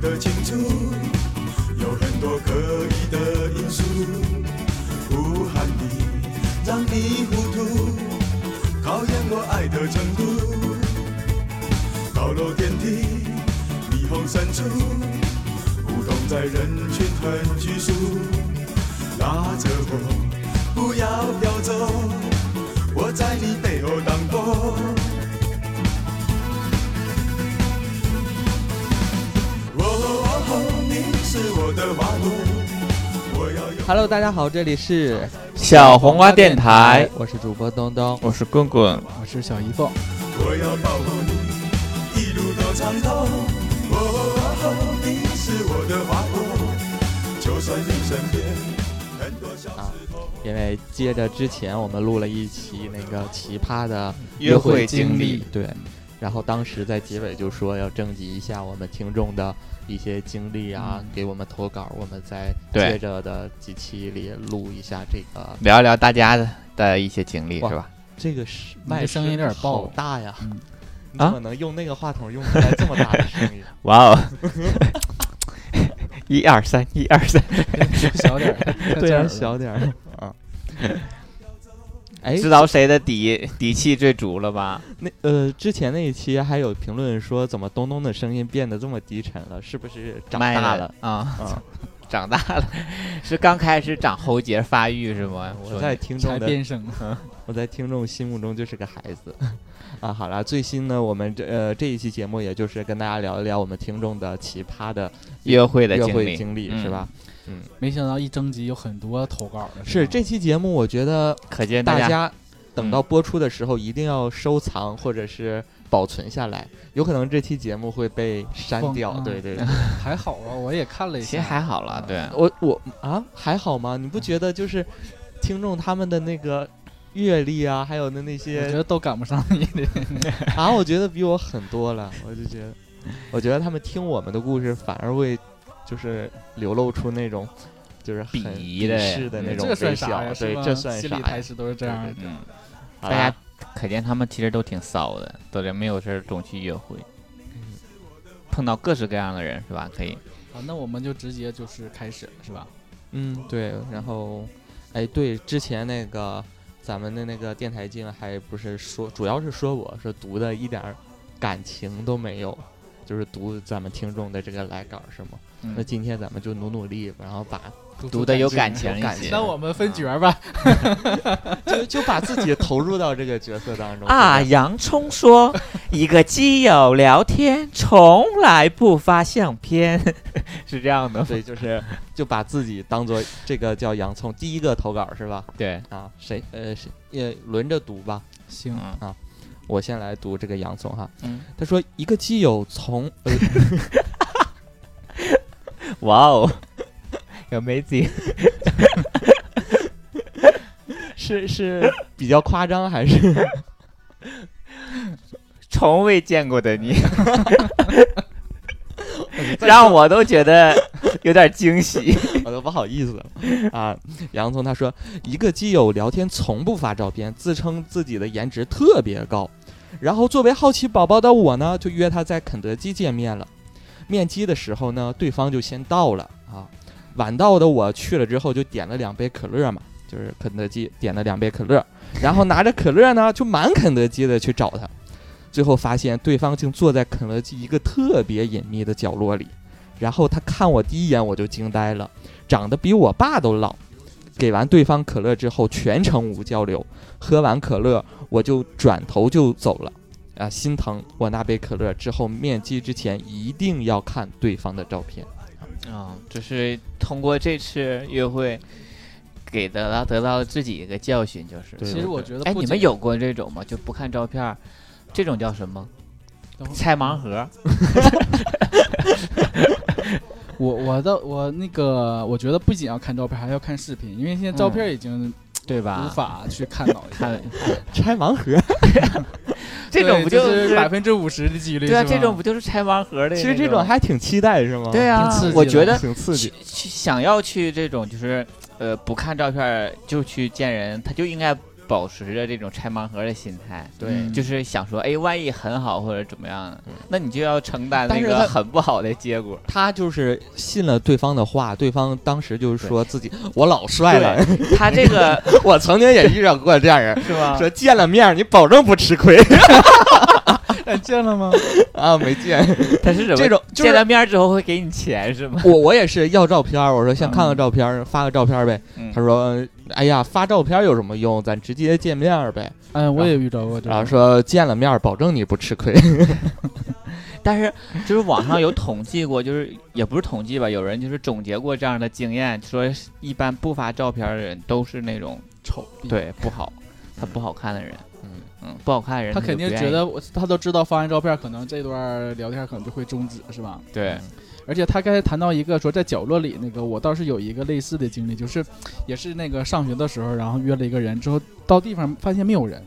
得清楚，有很多可疑的因素。呼喊你，让你糊涂，考验我爱的程度。高楼电梯，霓虹深处，舞动在人群很拘束。拉着我，不要飘走，我在你背后挡风。哦哦哦，你是我的花朵，我要用。 Hello，大家好，这里是小黄瓜电台，我是主播东东，我是棍棍，我是小姨凤，我要保护你，一路到长头。哦哦哦，你是我的花朵，就算你身边很多小啊石头。因为接着之前我们录了一期那个奇葩的约会经经历，对，然后当时在结尾就说要征集一下我们听众的一些经历啊，嗯给我们投稿，我们在对接着的几期里录一下这个。聊一聊大家的的一些经历，哇是吧？这个是你这麦声音有点爆好大呀！嗯啊你怎么能用那个话筒用出来这么大的声 音？哇哦， 一二三，一二三，小点儿，对呀，啊，小点儿 啊。哎，知道谁的底底气最足了吧？那呃，之前那一期还有评论说，怎么东东的声音变得这么低沉了？是不是长卖大了了？啊，啊，长大了，是刚开始长喉结发育是吗？我说在你听众才的变声了。我在听众心目中就是个孩子 啊。好啦，最新呢，我们这呃这一期节目也就是跟大家聊一聊我们听众的奇葩的约会的约经会历，经历，嗯是吧？没想到一征集有很多投稿的，是吗这期节目，我觉得可见大家嗯家等到播出的时候一定要收藏或者是保存下来，有可能这期节目会被删封掉。啊嗯对对对。还好啊，我也看了一下，其实 还好了，对，我我啊，还好吗？你不觉得就是听众他们的那个阅历啊，还有的那我觉些得都赶不上你的。啊，我觉得比我很多了。我就觉得，我觉得他们听我们的故事，反而会就是流露出那种就是很鄙夷鄙的视的那嗯种这微算啥笑呀？。对是，吧啊这算心啥理呀台？词都是这样的。嗯，好大家啦可见他们其实都挺骚的，都没有事儿总去约会，嗯碰到各式各样的人是吧？可以，好，那我们就直接就是开始了，是吧？嗯，对。然后，哎，对，之前那个咱们的那个电台进还不是说，主要是说我是读的一点儿感情都没有，就是读咱们听众的这个来稿是吗？嗯那今天咱们就努努力，然后把读的有感情情一有感些情那我们分角儿吧，就呃就把自己投入到这个角色当中 啊，是吧洋葱 说，一个基友聊天从来不发相片， 是这样的。对，就是就把自己当做这个叫洋葱第一个投稿是吧？对，啊，谁呃谁也轮着读吧，行，嗯我先来读这个洋葱哈。嗯，他说一个基友从呃哇哦，有梅子，是是 比较夸张还是从未见过的 你，让我都觉得有点惊 喜。我都不好意思了啊。洋葱他说，一个基友聊天从不发照片，自称自己的颜值特别高。然后作为好奇宝宝的我呢，就约他在肯德基见面了。面基的时候呢，对方就先到了啊。晚到的我去了之后，就点了两杯可乐嘛，就是肯德基点了两杯可乐，然后拿着可乐呢，就满肯德基的去找他。最后发现对方竟坐在肯德基一个特别隐秘的角落里，然后他看我第一眼我就惊呆了，长得比我爸都老。给完对方可乐之后，全程无交流。喝完可乐，我就转头就走了。啊，心疼我那杯可乐之后面基之前一定要看对方的照片。啊、就是通过这次约会，给得到得到自己一个教训，就是。对其实我觉得哎，不你仅们有过这种吗？就不看照片儿，这种叫什么等？会儿拆盲盒。我我的我那个，我觉得不仅要看照片，还要看视频，因为现在照片已经对无吧？法去看到了。看拆盲盒，这种不对就是百分之五十的几率？对啊？是吧这种不就是拆盲盒的？其实这种还挺期待是吗？对啊挺刺激，的我觉得挺刺激去。去想要去这种就是呃不看照片儿就去见人，他就应该保持着这种拆盲盒的心态，对嗯就是想说，哎，万一很好或者怎么样，那你就要承担那但是个他很不好的结 果。他就是信了对方的话，对方当时就是说自己我老帅了，对，啊他这个我曾经也遇上过这样人，是吧？说见了面儿你保证不吃亏哎见了吗？啊，没见他是怎 么这种就见了是。面儿之后会给你钱是吗？ 我我也是要照片儿，我说先嗯看看照片儿，发个照片儿呗。嗯他说：“哎呀，发照片儿有什么用？咱直接见面儿呗。哎，我也遇着过这然后种。说见了面儿，保证你不吃亏。但是就是网上有统计过，就是也不是统计吧，有人就是总结过这样的经验，说一般不发照片儿的人都是那种丑逼，对不好，他不好看的人，嗯嗯，不好看的人他就肯定不愿觉意得我，他都知道发完照片，可能这段聊天可能就会终止，是吧？对，而且他刚才谈到一个说在角落里那个，我倒是有一个类似的经历，就是也是那个上学的时候，然后约了一个人之后，到地方发现没有人，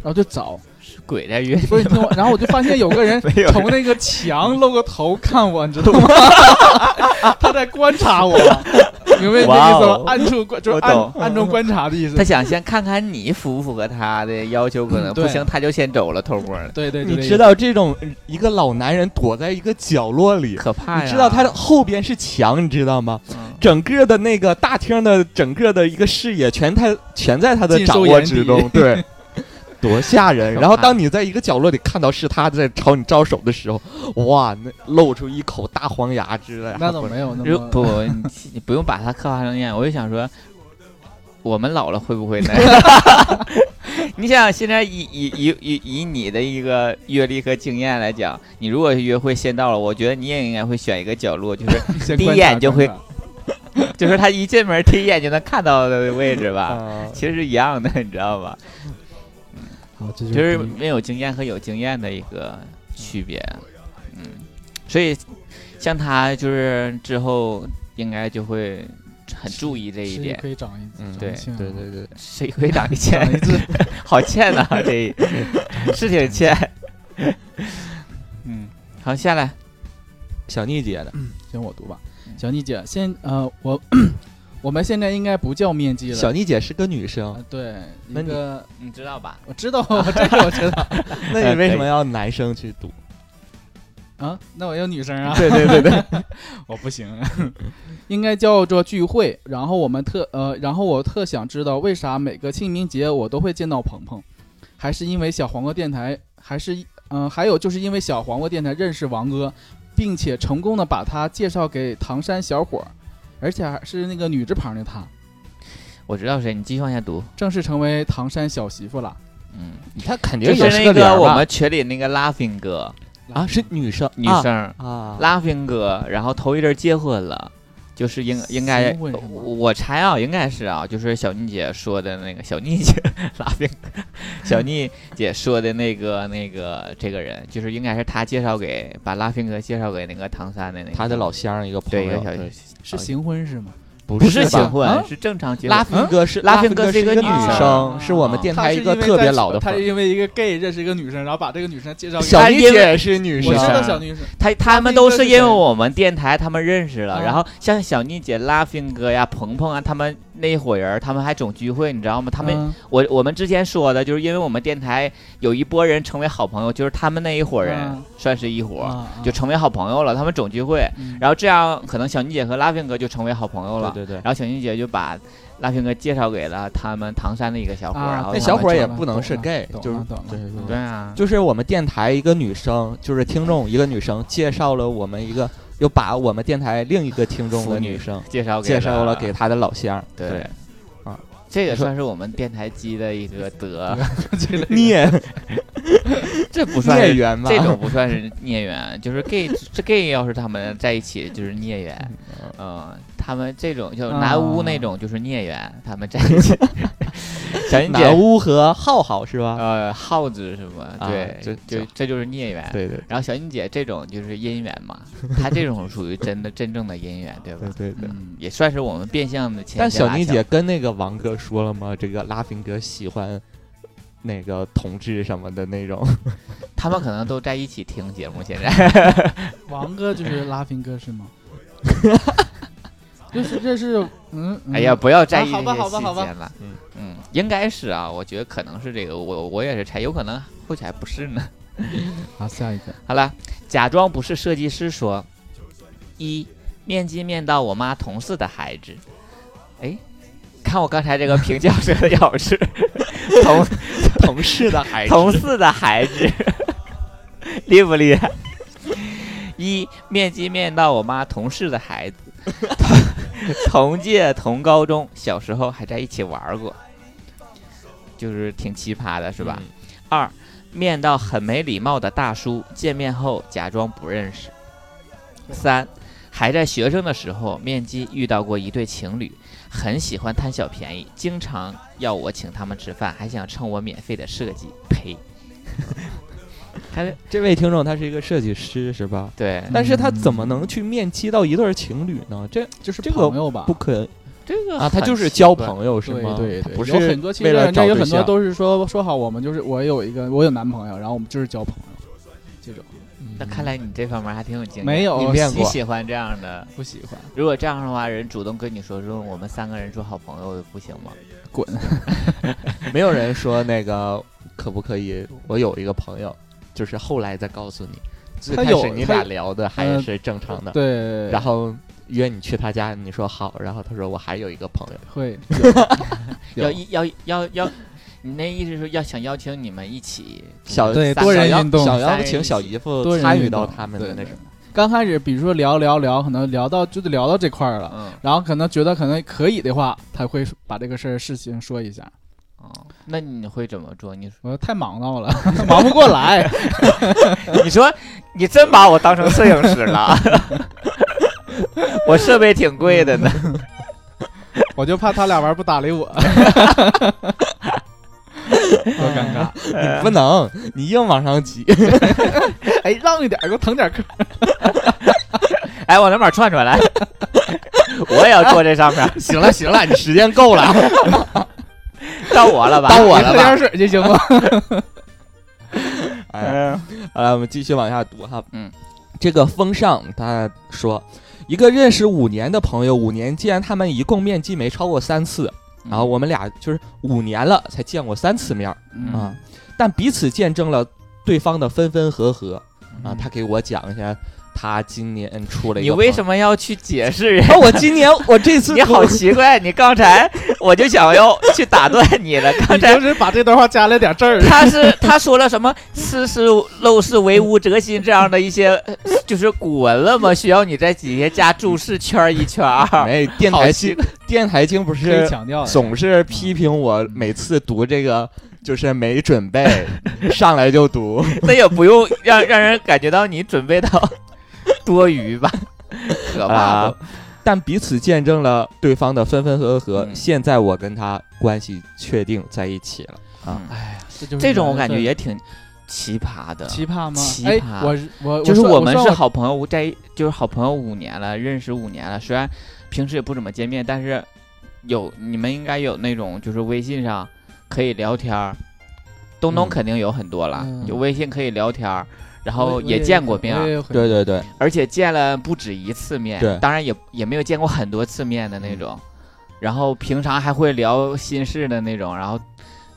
然后就找，是鬼在约你不是你听我，然后我就 发现有个人没有从那个墙露个头看我，你知道吗？他在观察我，明白这意思哇哦吗？暗处观就是我暗懂暗中观察的意思他。想先看看你符不符合他的要求，可能嗯不对行他就先走了，偷摸的，对对，就你这意知思道这种一个老男人躲在一个角落里，可怕呀！哎你知道他的后边是墙，你知道吗？嗯整个的那个大厅的整个的一个视野全他全在他的尽掌收握眼之底 中，对，多吓人！可然后怕当你在一个角落里看到是他在朝你招手的时候，哇，那露出一口大黄牙之类，那倒没有那如么不，你你不用把它刻画成那样。我就想说，我们老了会不会 那样？你想想，现在以以以以以你的一个阅历和经验来讲，你如果约会先到了，我觉得你也应该会选一个角落，就是先第一观眼察就会观察 就是他一进门第一眼就能看到的位置吧，啊，其实是一样的， 你知道吧？好，这就就是是没有经验和有经验的一个区别。嗯，所以像他就是之后应该就会很注意这一吃点。亏长一嗯长对一性对对对，谁会长一长一欠？智。 好欠呐、这是挺欠。嗯，好，下来。小妮姐的行，我读吧嗯。小妮姐，现呃，我 我们现在应该不叫面基了。小妮姐是个女生啊呃，对，一那你个你知道吧？我知道， 我这个我知道那你为什么要男生去读？啊。那我有女生 啊，对对对对，我不行，应该叫做聚会。然后我们特呃，然后我特想知道为啥每个清明节我都会见到鹏鹏，还是因为小黄瓜电台，还是嗯、还有就是因为小黄瓜电台认识王哥，并且成功的把他介绍给唐山小伙儿，而且还是那个女字旁的他，我知道谁，你继续往下读。正式成为唐山小媳妇了。嗯，她肯定就也是是那个个我们群里那个拉菲哥，啊，是女生女生、啊，拉菲哥，然后头一阵结婚了，就是应应该新婚是吗我我猜啊，应该是啊，就是小妮姐说的那个小妮姐拉菲哥，小妮姐说的那个那个这个人，就是应该是她介绍给把拉菲哥介绍给那个唐三的那个她的老乡一个朋对一友个，小对是行婚是吗？不不是吧结婚，啊是正常结婚。拉菲哥是拉菲菲哥哥是一个个女女生，生是我们电台他一是个因为特别在老的他粉是儿。因为一个 gay 认识一个女生，然后把这个女生介绍给小他妮因为姐是女我生知，是道啊小女生，他他们拉都菲哥是是因为谁我们电台，他们认识了。啊然后像小妮姐、拉菲哥呀、鹏鹏啊，他们那一伙人儿，他们还总聚会，你知道吗？他们、嗯我我们之前说的，就是因为我们电台有一波人成为好朋友，就是他们那一伙人、嗯算是一伙儿，嗯啊啊就成为好朋友了。他们总聚会，嗯然后这样可能小妮姐和拉菲哥就成为好朋友了。对对对。然后小妮姐就把拉菲哥介绍给了他们唐山的一个小伙儿，啊然后那他小们伙儿就也懂了不能懂是了 gay，懂就是了懂了对对对对，啊，就是我们电台一个女生，就是听众一个女生介绍了我们一个，又把我们电台另一个听众的妇女女生介绍介绍了给她的老乡。对，啊，这也算是我们电台机的一个德， 这类孽这不算 孽是缘吧？这种不算是孽缘，就是 gay 这 gay 要是他们在一起就是孽缘，嗯，他们这种就啊南屋那种就是孽缘，他们在一起。 小英南姐，屋和浩浩是吧？呃，耗子什么？啊对，这就这这就是孽缘。对对然后小英姐这种就是姻缘嘛，她这种属于真的真正的姻缘，对吧对？对对。嗯也算是我们变相的前。但小妮姐，跟那个王哥说了吗？这个拉菲哥喜欢那个同志什么的那种。他们可能都在一起听节目，现在王哥就是拉菲哥是吗？就是这是嗯，嗯哎呀，不要在意啊好吧这些好吧细好吧节了。嗯嗯，应该是啊，我觉得可能是这个，我我也是猜，有可能或许还不是呢。 好，下一个，好了，假装不是设计师说，一面基面到我妈同事的孩子，哎，看我刚才这个平翘舌的咬 字，同同事的孩子，同事的孩子，厉不厉害？一面基面到我妈同事的孩子，同同届同高中，小时候还在一起玩儿过，就是挺奇葩的，是吧？嗯？二面到很没礼貌的大叔，见面后假装不认识。三，还在学生的时候，面基遇到过一对情侣，很喜欢贪小便宜，经常要我请他们吃饭，还想蹭我免费的设计，呸！他是这位听众他是一个设计师是吧？对但是他怎么能去面基到一对儿情侣呢？这就是这个朋友吧，不可这 个啊，他就是很奇交怪，朋友是对吗？对他对，不是有很多，其为实了人家找有对很多象。都是说说好，我们就是我有一个我有男朋友，然后我们就是交朋友，这种嗯 那看来你这方面还挺有经验，没有你我见你过喜欢这样的。不喜欢，如果这样的话，人主动跟你说说我们三个人做好朋友不行吗？滚，嗯没有人说那个可不可以？我有一个朋友，就是后来再告诉你，最他开有始你他俩聊的还呃是正常的，对，然后约你去他家，你说好，然后他说我还有一个朋友，会有要一要要要，你那意思是要想邀请你们一起小对三多人小运动小邀三人请一小起姨夫多人参运与到动他们的对那对种，刚开始比如说聊聊聊，可能聊到就是聊到这块儿了。嗯然后可能觉得可能可以的话，他会把这个事儿事情说一下。哦，那你会怎么做？你说我说太忙到了，忙不过来。你说你真把我当成摄影师了， 我设备挺贵的呢。我就怕他俩玩儿不搭 理我，多尴尬！ 你不能，你硬往上 挤，哎，让一点儿，给我腾点儿坑。哎，往那边串串来， 我也要坐这上面，行了行了，你时间够了， 到我了吧？ 到我你了喝吧？点水就行了。哎，好了，我们继续往下读哈。嗯，这个风尚他说，一个认识五年的朋友，五年见他们一共面基没超过三次，嗯然后我们俩就是五年了才见过三次面儿嗯啊，但彼此见证了对方的分分合合啊。他给我讲一下，他今年出了一嗯你个，为么？什么要 去解释人？啊，我今年我这次 你好读奇怪，你刚才我就想要去打断你了，刚 你才就是把这段话加了点儿字儿。他是他说了什么“斯是陋室，惟吾德馨”这样的一些呃就是古文了吗？需要你在底下加注释圈儿一圈啊儿。没电好台奇经电台经不可以是强调的，总是批评我每次读这个嗯就是没准备， 上来就读。那也不用让让人感觉到你准备到多余吧，可怕啊不？，但彼此见证了对方的分分合合。嗯现在我跟他关系确定在一起了。嗯哎呀，这就是这种我感觉缘也挺奇葩的分。奇葩吗？奇哎葩，我是我就是我说我们我是说我好朋友，在就是好朋友五年了，认识五年了。虽然平时也不怎么见面，但是有你们应该有那种就是微信上可以聊天儿，东嗯东肯定有很多了，嗯有微信可以聊天儿，然后我也见过面儿，我也有很对对对，而且见了不止一次面，对当然也也没有见过很多次面的那嗯种，然后平常还会聊心事的那种，然后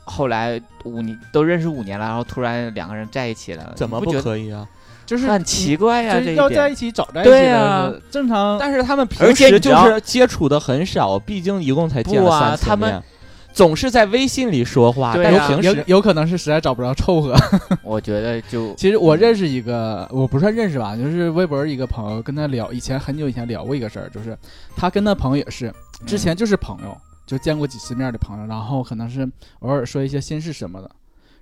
后来五年都认识五年了，然后突然两个人在一起了，怎么你不觉得可以啊？就是很奇怪呀、就这是一要在点。一起，早在一起对的呀是正常。但是他们平而且时你知就道是接触的很少，毕竟一共才见不了啊三次面。他们总是在微信里说话，对但啊是平有时有可能是实在找不着凑合。 我觉得就其实我认识一个，我不算认识吧，就是微博一个朋友，跟他聊，以前很久以前聊过一个事儿，就是他跟他朋友也是，之前就是朋友，就见过几次面的朋友，然后可能是偶尔说一些心事什么的，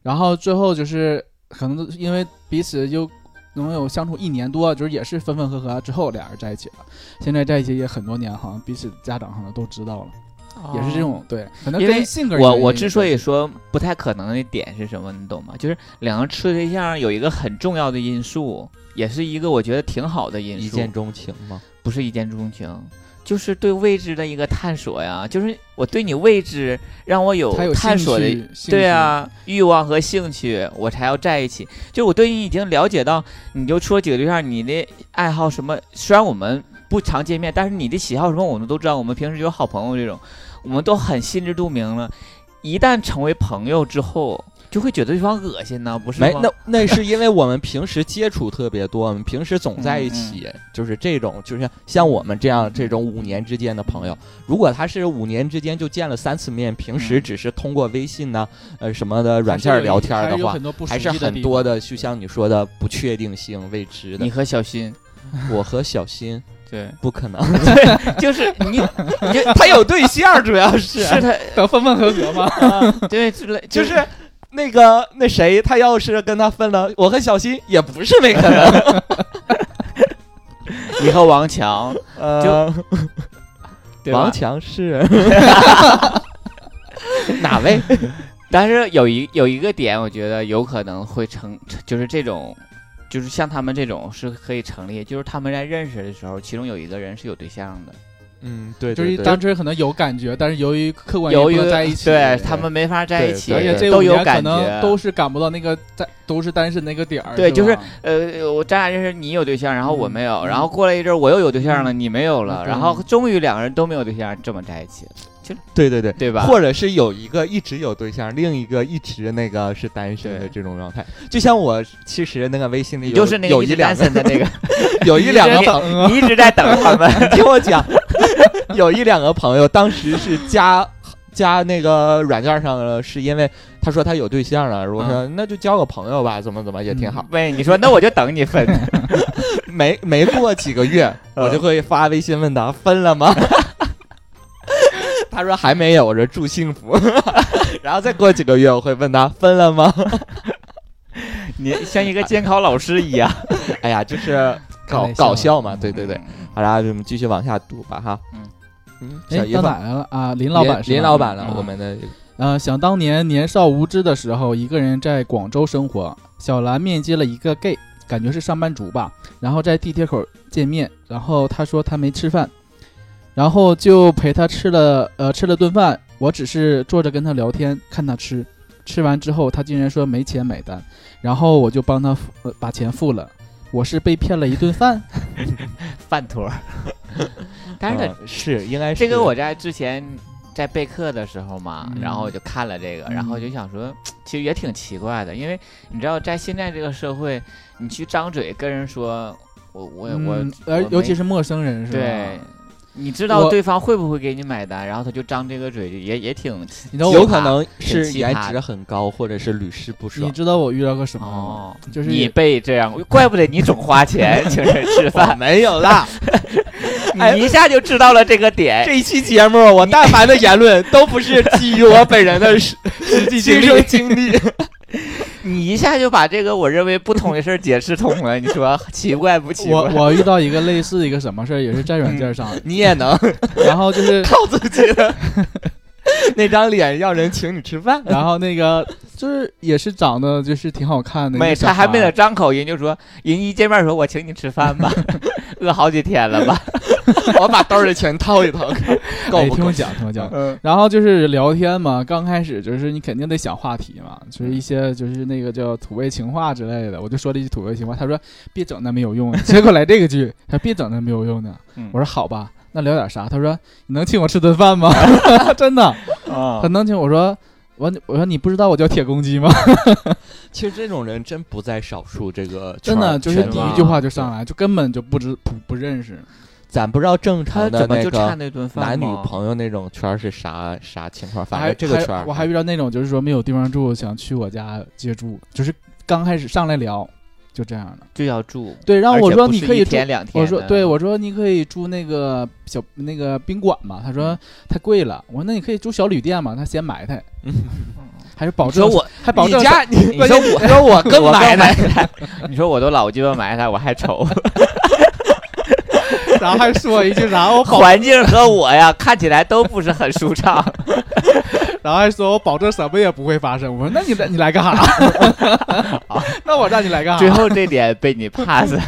然后最后就是可能因为彼此又能有相处一年多，就是也是分分合合之后俩人在一起了，现在在一起也很多年，好像彼此家长好像都知道了，也是这。种对，可哦能因为跟性格原嗯因我也我有之所以关系说不太可能的点是什么，你懂吗？就是两个人处对象有一个很重要的因素，也是一个我觉得挺好的因素，一见钟情嘛，不是一见钟情，就是对未知的一个探索呀。就是我对你未知，让我有他有探兴索的，趣兴对趣啊，欲望和兴趣，我才要在一起。就我对你已经了解到，你就处了几个对象，你的爱好什么，虽然我们不常见面，但是你的喜好什么我们都知道，我们平时有好朋友这种，我们都很心知肚明了。一旦成为朋友之后，就会觉得对方恶心呢，不是没吗，那那是因为我们平时接触特别多，我们平时总嗯在一起，就是这种，就是像像我们这样这种五年之间的朋友，如果他是五年之间就见了三次面，平时嗯只是通过微信呢，呃什么的软件儿聊天儿的还是有话很，多不熟还是悉的很地多方的，就像你说的不确定性、未知的你。和小新，我和小新 对不可能， 对，就是你，你就他有对象，主要是是他，等分分合合嘛。对，就是就就是是 那个那谁，他要是跟他分了，我和小新也不是没可 能。你和王强， 呃， 对吧王强是哪 位？但是有一有一个点，我觉得有可能会成，就是这种，就是像他们这种是可以成立，就是他们在认识的时候，其中有一个人是有对象的，嗯，对，就是对当时可能有感觉，但是由于客观原因不由于能在一起，对他们没法在一起，对而且这都五有年可感能觉，都是赶不到那个在都是单身那个点儿。对就是吧呃，我咱俩认识，你有对象，然后我没有，嗯然后过了一阵儿我又有对象了，你没有了，嗯然后终于两个人都没有对象，这么在一起了，对对对。对吧？或者是有一个一直有对象，另一个一直那个是单身的对这种状态，就像我其实那个微信里你有就是那个有一一直两单个身的那个，有一两个一直朋友，你一直在等他们， 听我讲，有一两个朋友当时是加加那个软件上了，是因为他说他有对象了，我说、那就交个朋友吧，怎么怎么也挺好。喂，你说那我就等你分，没没过几个月，我就会发微信问他分了吗？他说还没有，我说祝幸 福。然后再过几个月，我会问他分了吗？你像一个监考老师一 样，哎呀，就是搞开玩笑搞笑嘛，对对对。，好啦，我们继续往下读吧哈。嗯嗯，小哎，姨夫到哪来了啊？林老板是吧，林老板啊了，嗯我们的呃，想当年年少无知的时候，一个人在广州生活，小兰面基了一个 gay，感觉是上班族吧，然后在地铁口见面，然后他说他没吃饭，然后就陪他吃了呃吃了顿饭，我只是坐着跟他聊天，看他吃，吃完之后他竟然说没钱买单，然后我就帮他付、呃把钱付了，我是被骗了一顿饭，饭托。 但是嗯是应该是这个我在之前在备课的时候嘛，嗯然后我就看了这个，嗯然后就想说，其实也挺奇怪的，因为你知道，在现在这个社会，你去张嘴跟人说，我 我我，嗯我而没尤其是陌生人是吧？对。你知道我对方会不会给你买单，然后他就张这个嘴，也也挺奇你知道我有可能是挺奇葩颜的值很高，或者是屡试不爽你。知道我遇到个什么吗？ 哦，就是你被这 样，怪不得你总花钱请人吃 我饭，没有啦，哎你一下就知道了这个点。这一期节目我但凡的言论都不是基于我本人的实实际经历生经历。你一下就把这个我认为不通的事儿解释通了，你说奇怪不奇怪？ 嗯我我遇到一个类似一个什么事儿，也是在软件上，你也能然后就是， 靠自己的那张脸要人请你吃饭，然后那个就是也是长得就是挺好看的一个没，小他孩，还没等张口，人就说，人一见面说：“我请你吃饭吧， 饿好几天了吧我把兜里钱掏一 掏，够哎不听够我？讲，听我讲。嗯，然后就是聊天嘛，刚开始就是你肯定得想话题嘛，就是一些就是那个叫土味情话之类的。我就说了一句土味情话，他说别整那没有用的，啊结果来这个句，他说别整那没有用的。嗯我说好吧，那聊点啥？他说你能请我吃顿饭吗？真的，？”啊他能请我说。我我说你不知道我叫铁公鸡吗？其实这种人真不在少数，这个真的圈就是圈第子一里句话就上来，就根本就不知不不认识。咱不知道正他常的怎么那就差个那顿饭男女吗朋友那种圈儿是啥啥情况，反还正这个圈还儿嗯我还遇到那种就是说没有地方住，想去我家借住，就是刚开始上来聊就这样的。就要住。对，然后我而且说不你是可以一住，天两我天的。说对，我说你可以住那个小那个宾馆嘛，他说太贵了。我说那你可以住小旅店嘛，他嫌埋 汰，还是保你说证我， 还保你证家你你说我，说我更埋汰汰， 你说我都老鸡巴埋汰，我还愁。然后还说一句，然 后我保，环境和我呀，看起来都不是很舒 畅。然后还说我保证什么也不会发生。我说那你 来你来 干啥？那我让你来 干啊最啥？后这点被你 pass 了。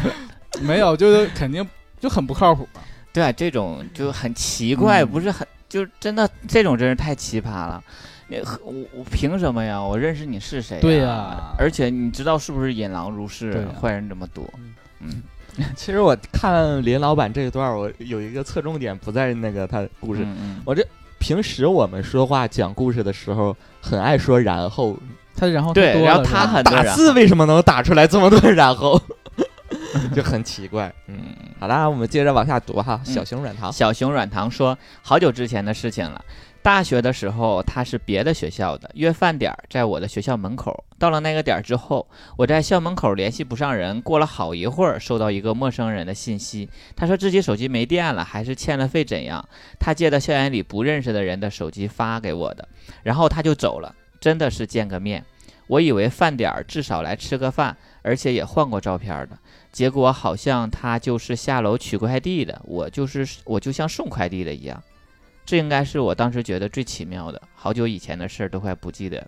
没有，就是肯定就很不靠谱。对啊，这种就很奇怪，嗯不是很，就真的这种真是太奇葩了。你我我凭什么呀？我认识你是谁、对呀呀，而且你知道是不是引狼入室，对呀坏人这么多？其实我看林老板这一段儿，我有一个侧重点不在那个他故事，嗯嗯我这平时我们说话讲故事的时候，很爱说然后，他然后太对，多然后了是他吧很多打人，字为什么能打出来这么多然 后，就很奇怪。嗯，嗯，好啦，我们接着往下读哈。嗯小熊软糖，小熊软糖说，好久之前的事情了。大学的时候，他是别的学校的，约饭点儿在我的学校门口。到了那个点儿之后，我在校门口联系不上人，过了好一会儿，收到一个陌生人的信息，他说自己手机没电了，还是欠了费怎样？他借的校园里不认识的人的手机发给我的，然后他就走了，真的是见个面。我以为饭点儿至少来吃个饭，而且也换过照片儿的。结果好像他就是下楼取快递的，我就是我就像送快递的一样。这应该是我当时觉得最奇妙的，好久以前的事儿都快不记得了，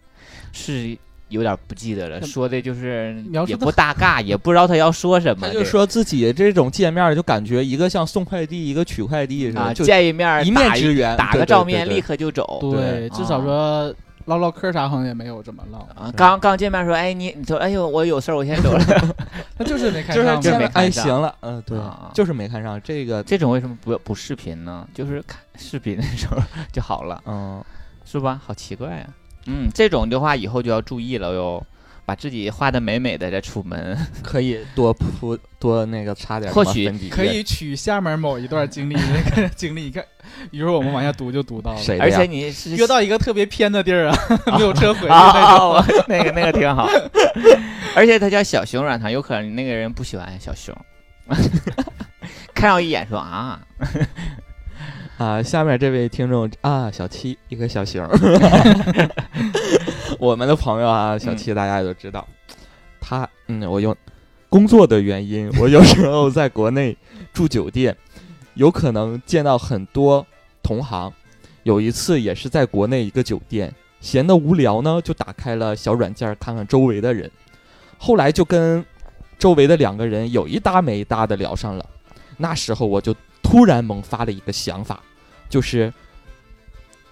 是有点不记得了。嗯说的就是描述也得不大尬，也不知道他要说什他么。这就个说自己这种见面就感觉一个像送快递，一个取快递似啊，的，就见一面儿一面打之缘，打对个照面，对对立刻就走。对，至啊少说唠唠嗑啥好啊像也没有这么唠，啊，刚刚见面说，哎，你你说，哎呦，我有事儿，我先走了。那就是没看就上是嘛见见没了看哎，上行了，嗯，对啊，就是没看上这个，这种为什么不不视频呢？就是看视频的时候就好了，嗯，是吧？好奇怪呀、嗯，这种的话以后就要注意了哟，把自己画的美美的再出门。可以多铺多那个插点什或么许粉底液，可以取下面某一段 经历那个经历，你看，一会儿我们往下读就读到了。谁的而呀且你是 约到一个特别偏的地 儿啊，没有车回去那啊，种。我 那个那个挺好，而且他叫小熊软糖，有可能那个人不喜欢小熊，看上一眼说啊，啊，下面这位听众啊，小七一个小熊，我们的朋友啊，小七大家也都知道，他嗯，我用工作的原因，我有时候在国内住酒店，有可能见到很多同行。有一次也是在国内一个酒店，闲得无聊呢，就打开了小软件儿看看周围的人，后来就跟周围的两个人有一搭没一搭的聊上了。那时候我就突然萌发了一个想法，就是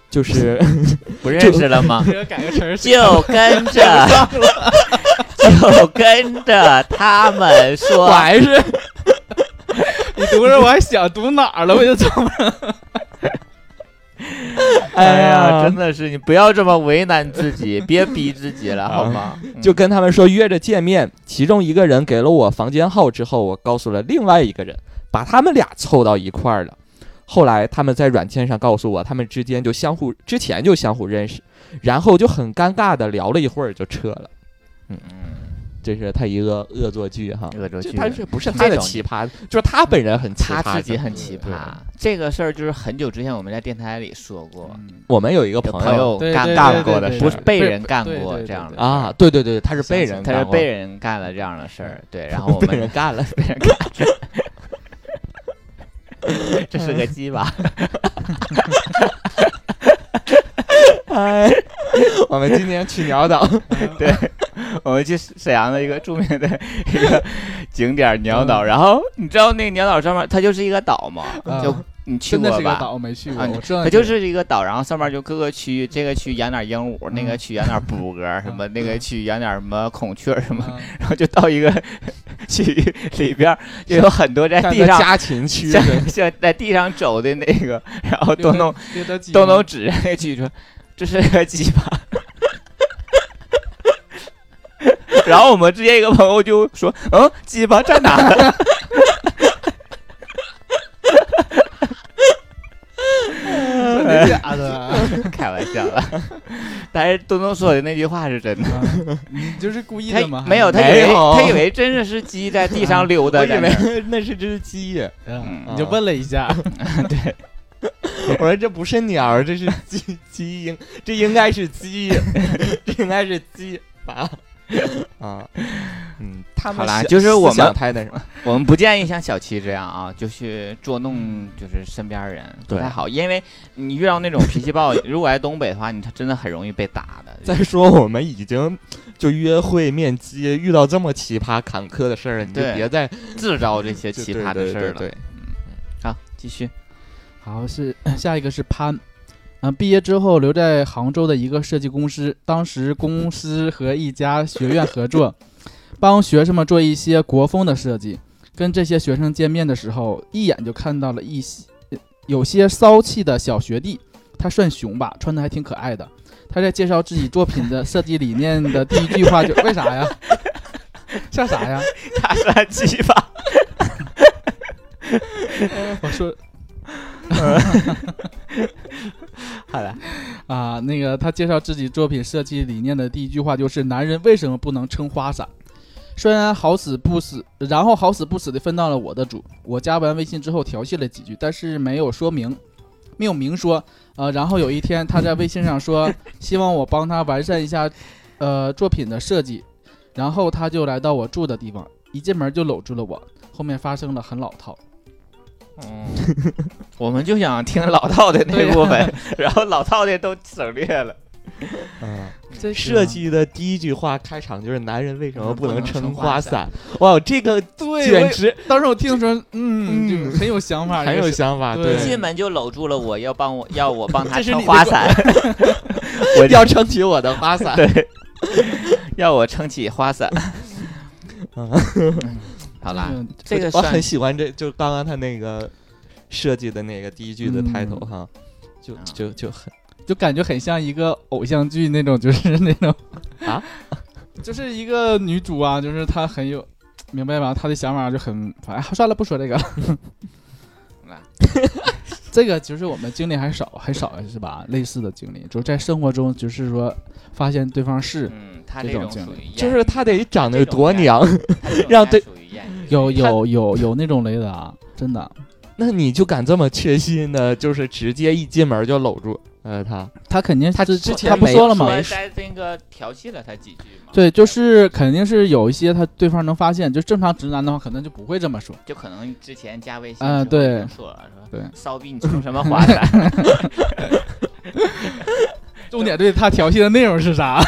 就是 不认识了 吗？这个改 个词儿是就跟着， 就跟着他们我说，还是你读着，我还想读哪儿了，我 就怎么 哎呀，呀，真的是你不要这么为难自己，别逼自己了，好吗？就跟他们说约着见面，其中一个人给了我房间号之后，我告诉了另外一个人，把他们俩凑到一块儿了。后来他们在软件上告诉我，他们之间就相互之前就相互认识，然后就很尴尬的聊了一会儿就撤了。嗯这是他一个恶作剧哈，恶作这剧，他是不是他这的种奇葩？就是他本人很奇他葩，自己很奇对葩。这个事儿就是很久之前我们在电台里说过，我们有一个有朋友友对干对干对过的对对不对是被对人干对过对这样的对啊，对对对，他是被人他是干过，被人干了这样的事儿，对，然后我被人们干了，被人干了，这是个鸡吧？哎， 我们今年去鸟岛，嗯对，我们去沈阳的一个著名的一个景点儿鸟嗯岛，然后你知道那个鸟岛上面它就是一个岛嘛，啊就 你去真的过是个吧？岛，嗯没去过，啊，我知道它就你是一个岛，然后上面就各个区域，这个区养点鹦鹉，那个嗯区养点捕鸽儿，什么那个嗯区养点什么孔雀儿什么，啊然后就到一个 区域里边儿，就有很多在干地个上家禽区像 像在地上走的那个，然后溜都达能溜达鸡都吗能指着那句说：“这是个鸡巴。” 然后我们之前一个朋友就说：“嗯，鸡巴在哪儿？” 真的假的？啊 开玩笑了，但是东东说的那句话是真的。你就是故意他的吗？没有，他以没为有他以为真的是鸡在地上溜达，我在以那儿为那 是只鸡，嗯嗯你就问了一下，我说这不是鸟儿，这是鸡鸡 应，这应该是鸡， 这应该是鸡吧？啊，嗯，他们好啦想就是我们思想太 那什么，我们不建议像小七这样啊，就去捉弄就是身边人，不嗯对太好，因为你遇到那种脾气暴，如果来东北的话，你真的很容易被打的。再说我们已经就约会面基遇到这么奇葩坎坷的事儿了，你就对别再制造这些就奇对葩的对事对儿了。嗯对，好，继续。好，是下一个是潘。嗯，毕业之后留在杭州的一个设计公司，当时公司和一家学院合作，帮学生们做一些国风的设计。跟这些学生见面的时候，一眼就看到了一些有些骚气的小学弟，他算熊吧，穿的还挺可爱的。他在介绍自己作品的设计理念的第一句话就为啥呀？ 笑啥呀？他算鸡吧？我说好了，啊、那个他介绍自己作品设计理念的第一句话就是：男人为什么不能撑花伞？虽然好死不死，然后好死不死的分到了我的组。我加完微信之后调戏了几句，但是没有说明，没有明说。呃，然后有一天他在微信上说，希望我帮他完善一下，呃，作品的设计。然后他就来到我住的地方，一进门就搂住了我。后面发生了很老套，嗯， 我们就想听老套的那部分，然后老套的都省略了。嗯，这设计的第一句话开场就是“男人为什么不能撑花伞”，哇，这个简对，直我当时我听的时候， 嗯，就很有想 法，很这有个想法，对进门就搂住了我，要帮我要我帮他这是撑你的花观伞，对，要撑起我的花伞。对，要我撑起花伞。嗯好啦，嗯这个我算很喜欢这，就刚刚他那个设计的那个第一句的嗯 title 哈，就啊就就很就感觉很像一个偶像剧那种，就是那种啊， 就是一个女主啊，就是她很有，明白吧？她的想法就很，反正算了，不说这个来。 这个其实我们经历还少，还少是吧？类似的经历，就是在生活中，就是说发现对方是嗯，他这这种种经属于艳就是他得长得有多娘，遇，他这种让还对属于艳遇有有有有那种雷达，真的。那你就敢这么缺心的，就是直接一进门就搂住呃他，他肯定他之之前他不没说了吗？哎说在那个调戏了他几句嘛，对，就是肯定是有一些他对方能发现，就正常直男的话，可能就不会这么说。就可能之前加微信嗯之后对就说了说对骚逼你撑什么花伞？重点对他调戏的内容是啥？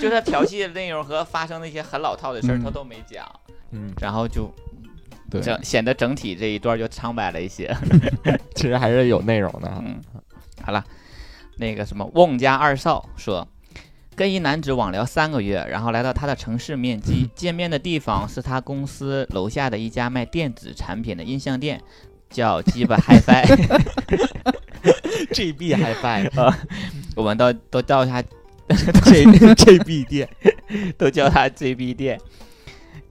就他调戏的内容和发生的一些很老套的事儿嗯他都没讲，嗯，然后就对整显得整体这一段就苍白了一些。其实还是有内容的哈。嗯，好了，那个什么瓮家二少说，跟一男子网聊三个月，然后来到他的城市面基，见面的地方是他公司楼下的一家卖电子产品的音像店，叫鸡巴 HiFi。 GB HiFi 我们都都叫他 J JB 店，都叫他 JB 店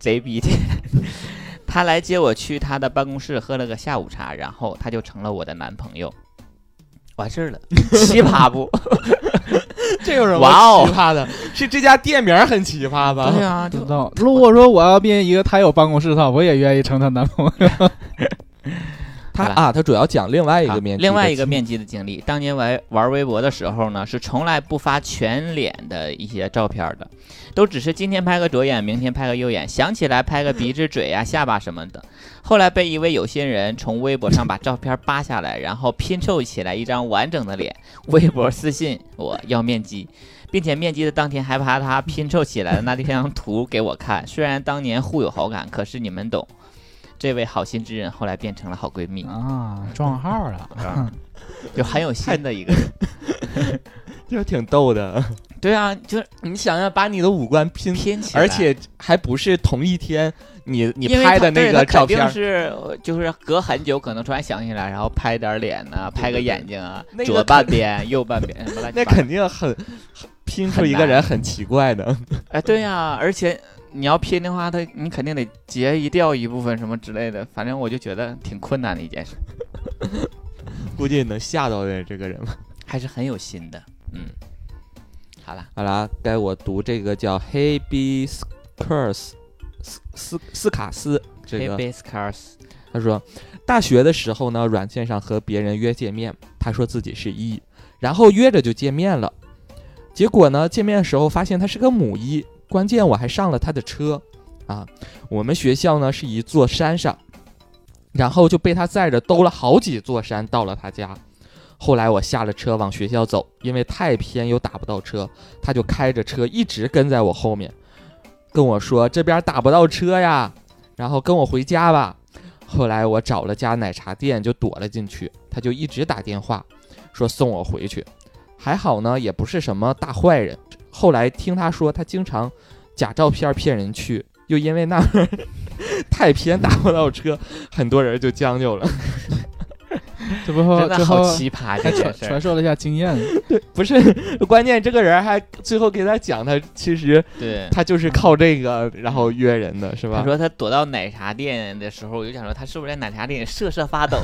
，JB 店。他来接我去他的办公室喝了个下午茶，然后他就成了我的男朋友，完事儿了， 奇葩不？这有什么哇哦奇葩的？是这家店名儿很奇葩吧？对啊，不就知道。如果说我要变一个他有办公室的话，我也愿意成他男朋友。他好了啊，他主要讲另外一好个面，另外一个，面基的经历。当年玩玩微博的时候呢，是从来不发全脸的一些照片的，都只是今天拍个左眼，明天拍个右眼，想起来拍个鼻子、嘴呀、下巴什么的。后来被一位有心人从微博上把照片扒下来，然后拼凑起来一张完整的脸。微博私信我要面基。并且面基的当天还把他拼凑起来的那张图给我看，虽然当年互有好感，可是你们懂，这位好心之人后来变成了好闺蜜。啊，撞号了。就很有心的一个人。 就是挺逗的。对啊，就是你想想，把 你的五官拼，拼起来，而且还不是同一天你你因为拍他的那对他个照片儿，肯定是呃就是隔很久，可能突然想起来，然后拍点脸呐、拍个眼睛啊，那个左半边、右半边，什么乱七那八糟肯定很很拼出一个人很奇怪的。 哎，对呀、而且你要拼的话，他你肯定得截一掉一部分什么之类的，反正我就觉得挺困难的一件事，估计能吓到的这个人吧。还是很有心的。嗯，好了，好啦，该我读这个叫 Hebe Curse 斯斯斯卡斯这个 b a s e cars，他说，大学的时候呢，软件上和别人约见面，他说自己是一，然后约着就见面了。结果呢，见面的时候发现他是个母一，关键我还上了他的车啊。我们学校呢是一座山上，然后就被他载着兜了好几座山到了他家。后来我下了车往学校走，因为太偏又打不到车，他就开着车一直跟在我后面，跟我说这边打不到车呀，然后跟我回家吧。后来我找了家奶茶店就躲了进去，他就一直打电话说送我回去。还好呢，也不是什么大坏人。后来听他说，他经常假照片骗人去，又因为那 太偏打不到车，很多人就将就了。这不后真之的好后奇葩还这传件事传儿。授了一下经验，不是，关键这个人还最后给他讲，他其实对，他就是靠这个然后约人的是他吧？说他躲到奶茶店的时候，我就想说他是不是在奶茶店瑟瑟发抖？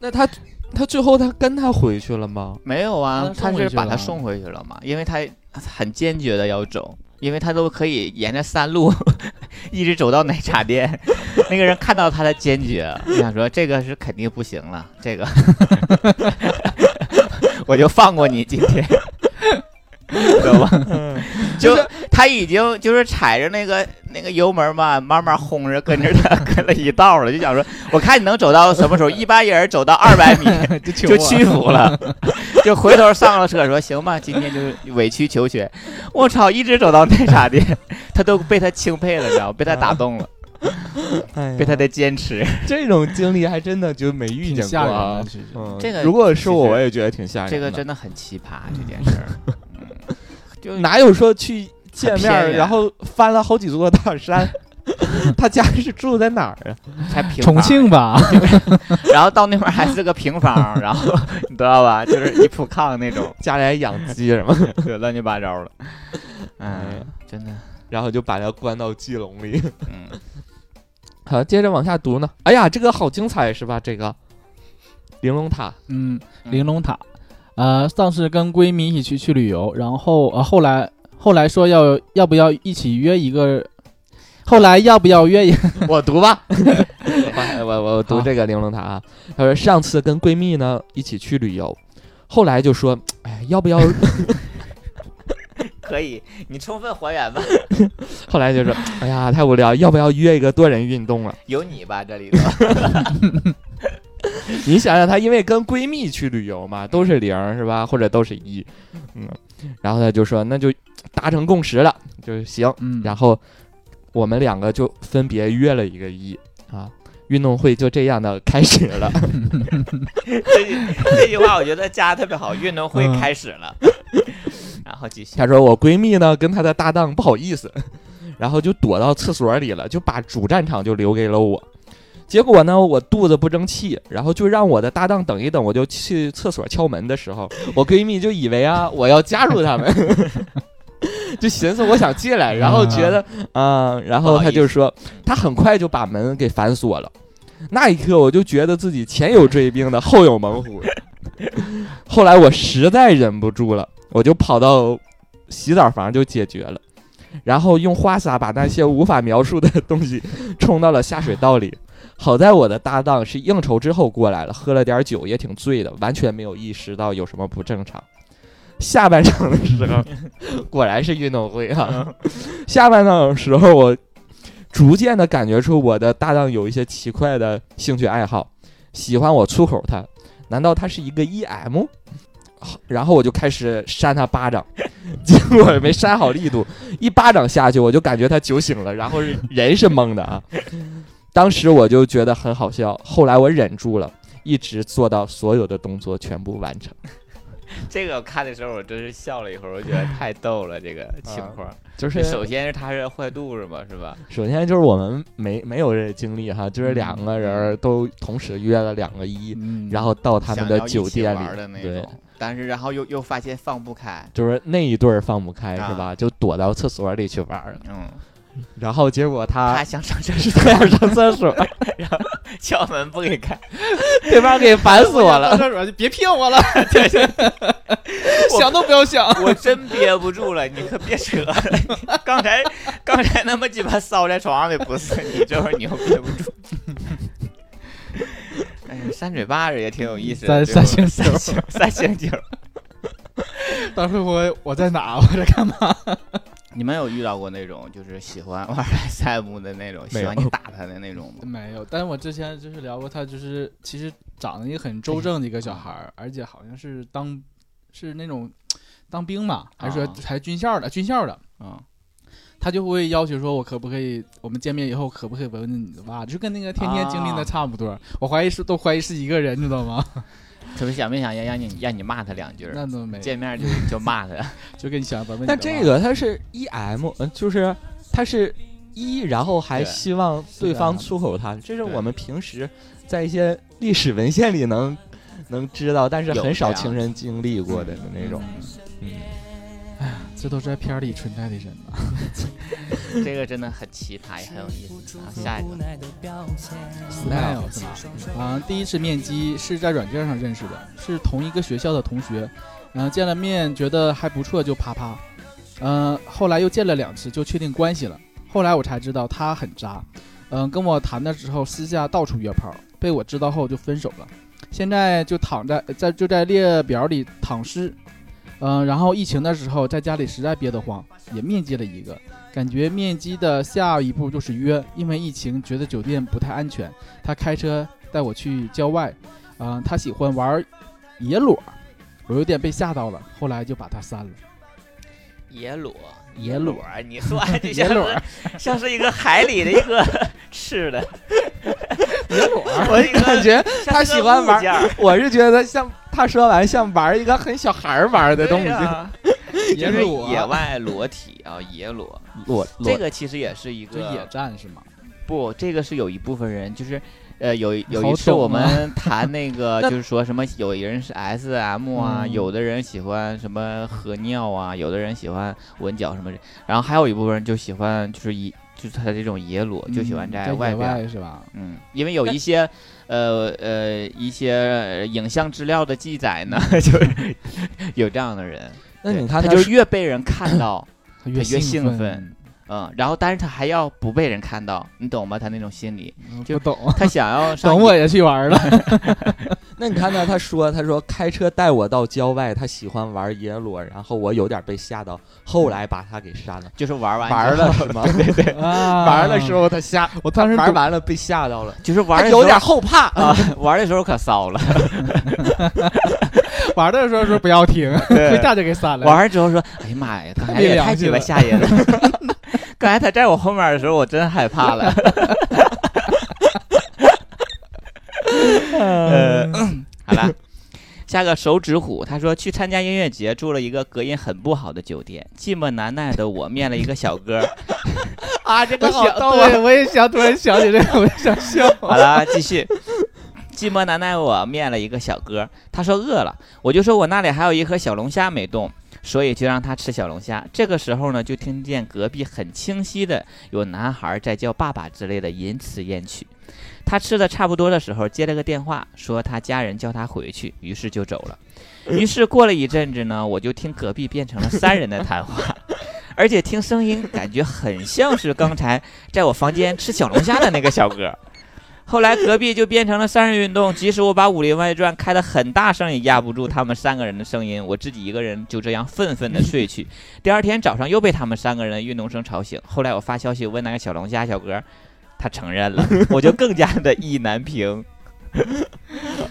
那他他最后他跟他回去了吗？没有啊，把他他送回是去把了他送回去了嘛，因为他很坚决的要走，因为他都可以沿着山路 一直走到奶茶店。那个人看到他的坚 决，我想说这个是肯定不行了，这个 我就放过你今天。 懂吗？就就是他已经就是踩着那个那个油门嘛，慢慢轰着跟着他跟了一道了，就想说，我看你能走到什么时候？一般人走到二百米，就 就就屈服了， 就回头上了车说行吧，今天就委曲求全。我操，一直走到那啥店，他都被他钦佩了，你知道吗？被他打动了，哎呀被他的坚持。这种经历还真的就没遇挺见过吓人啊的，。其实嗯，这个如果是我，其实我也觉得挺吓人的。这个真的很奇葩，这件事儿。嗯就哪有说去见面很偏儿远然后翻了好几座大 山？他家是住在哪儿啊？才平重房庆吧， 然后到那边还是个平房，然后你知道吧，就是一铺炕那种，家里还养鸡 什么？对，乱七八糟的。嗯，真的，然后就把他关到鸡笼里。嗯，好，接着往下读呢。哎呀，这个好精彩是吧？这个玲珑塔，嗯，玲珑塔。呃，上次跟闺蜜一起去去旅游，然后呃后来后来说要要不要一起约一个，后来要不要约一个？我读吧，我我我读这个玲珑塔啊。他说上次跟闺蜜呢一起去旅游，后来就说，哎，要不要？ 可以，你充分还原吧，后来就说，哎呀，太无聊，要不要约一个多人运动了？啊有你吧，这里头。 你想想，她因为跟闺蜜去旅游嘛，都是零儿是吧？或者都是一，嗯，然后她就说那就达成共识了，就是行。嗯，然后我们两个就分别约了一个一啊，运动会就这样的开始了。这句 这句话我觉得加的特别好，运动会开始了，然后继续她说我闺蜜呢跟她的搭档不好意思，然后就躲到厕所里了，就把主战场就留给了我。结果呢，我肚子不争气，然后就让我的搭档等一等，我就去厕所敲门的时候，我闺蜜就以为啊我要加入他们， 就寻思我想进来，然后觉得啊、然后她就说她很快就把门给反锁了。那一刻，我就觉得自己前有追兵的，后有猛虎。 后来我实在忍不住了，我就跑到洗澡房就解决了，然后用花洒把那些无法描述的 东西冲到了下水道里。好在我的搭档是应酬之后过来了，喝了点酒，也挺醉的，完全没有意识到有什么不正常。下半场的时候，果然是运动会啊！下半场的时候，我逐渐的感觉出我的搭档有一些奇怪的兴趣爱好，喜欢我粗口他，难道他是一个 EM？然后我就开始扇他巴掌，结果没扇好力度，一巴掌下去，我就感觉他酒醒了，然后人是懵的啊。当时我就觉得很好笑，后来我忍住了，一直做到所有的动作全部完成，这个我看的时候，我真是笑了一会儿，我觉得太逗了。这个情况，就是首先是他是坏肚子嘛，是吧？首先就是我们没没有这个经历哈，就是两个人都同时约了两个一，嗯，然后到他们想的要一起酒店玩的里，那对，种，但是然后又又发现放不开，就是那一对儿放不开啊是吧？就躲到厕所里去玩儿了，嗯，然后结果他他还想上 厕是所， 这样上厕所，敲门不给开，对方给烦 死我了。厕所就别 骗我了， 我想都不要想。我真憋不住了，你可别扯了， 刚才刚才那么鸡巴烧在床上的不是你，这会儿你又憋不住。 哎呀，扇嘴巴子也挺有意思的，三三对吧星球三星三 星球，当时我我在哪？我在干嘛？你们有遇到过那种就是喜欢玩 SM 的那种，没喜有欢你打他的那种吗？没有，但我之前就是聊过，他就是其实长得也很周正的一个小孩儿，而且好像是当是那种当兵嘛，还是说啊还军校的军校的，嗯，他就会要求说，我可不可以，我们见面以后可不可以闻闻你的袜子，就跟那个天天经历的啊差不多。我怀疑是都怀疑是一个人，你知道吗？特别想没想让让你让你骂他两句儿，那怎么没？见面就就骂他，就跟你想闻闻你的袜 但子。这个他是 E M，呃就是他是一，然后还对希望对是的方出口他，这是我们平时在一些历史文献里能能知道，但是有很少这样亲身经历过的 那种。这都是在片儿里存在的人呐。这个真的很奇葩，也很有意思。然后下一个， Smile 是吗？啊，第一次面基是在软件上认识的，是同一个学校的同学，然后见了面觉得还不错就啪啪，呃，后来又见了两次就确定关系了。后来我才知道他很渣，嗯、跟我谈的时候私下到处约炮，被我知道后就分手了。现在就躺在在就在列表里躺尸，呃嗯、然后疫情的时候在家里实在憋得慌，也面基了一个，感觉面基的下一步就是约，因为疫情觉得酒店不太安全，他开车带我去郊外，啊、他喜欢玩野裸，我有点被吓到了，后来就把他删了。野裸，野野裸裸，你说 这野像裸是像是一个海里的一个吃的，野裸，我一感个觉像他是喜个欢物玩件儿我是觉得像他说完像玩一个很小孩儿玩的东西 对，呀野就是裸，野外裸体啊，野裸，裸这裸个其实也是一就个野战是吗？不，这个是有一部分人，就是呃，有一有好一次我懂啊 们谈那个，那就是说什么，有人是 S M 啊，嗯有的人喜欢什么喝尿啊，有的人喜欢闻脚什么的，然后还有一部分人就喜欢就是一就是他这种野裸，就喜欢嗯在在外野边儿。外是吧？嗯，因为有一些，呃呃，一些呃影像资料的记载呢， 就是有这样的人，那对你看他他就是越被人看到，他越他越兴奋奋，嗯，然后但是他还要不被人看到，你懂吗？他那种心 理，嗯就不懂。他想要上等我也去玩了，那你看到他说， 他说开车带我到郊外，他喜欢玩野裸，然后我有点被吓到，后来把他给删 了。就是玩完玩之后了，是吗？ 玩玩的啊时，候他吓，我当时玩懂完了被吓到了，就是玩他的有点时后 怕。候啊，玩的时候可骚了，玩的时候说不要 停，对一下就给删了。玩完之后说，哎呀妈呀，刚才没也良太鸡心巴了吓 人了，刚才他在我后面的时候，我真害 怕了。呃，嗯好了。下个手指虎，他说去参加音乐节，住了一个隔音很不好的酒店，寂寞难耐的我面了一个小哥， 啊，这我个好想，逗啊！ 对，我也想，突然想起这个，我就想笑。 好了，继续。寂寞难耐，我面了一个小哥，他说饿了，我就说我那里还有一盒小龙虾没动，所以就让他吃小龙虾。这个时候呢，就听见隔壁很清晰的有男孩在叫爸爸之类的淫词艳语。他吃的差不多的时候，接了个电话，说他家人叫他回去，于是就走了。于是过了一阵子呢，我就听隔壁变成了三人的谈话， 而且听声音感觉很像是刚才在我房间吃小龙虾的那个小哥。后来隔壁就变成了三人运动，即使我把《武林外传》开的很大声，也压不住他们三个人的声音。我自己一个人就这样愤愤的睡 去。第二天早上又被他们三个人的运动声吵醒。后来我发消息问那个小龙虾小哥，他承认了， 我就更加的意难平。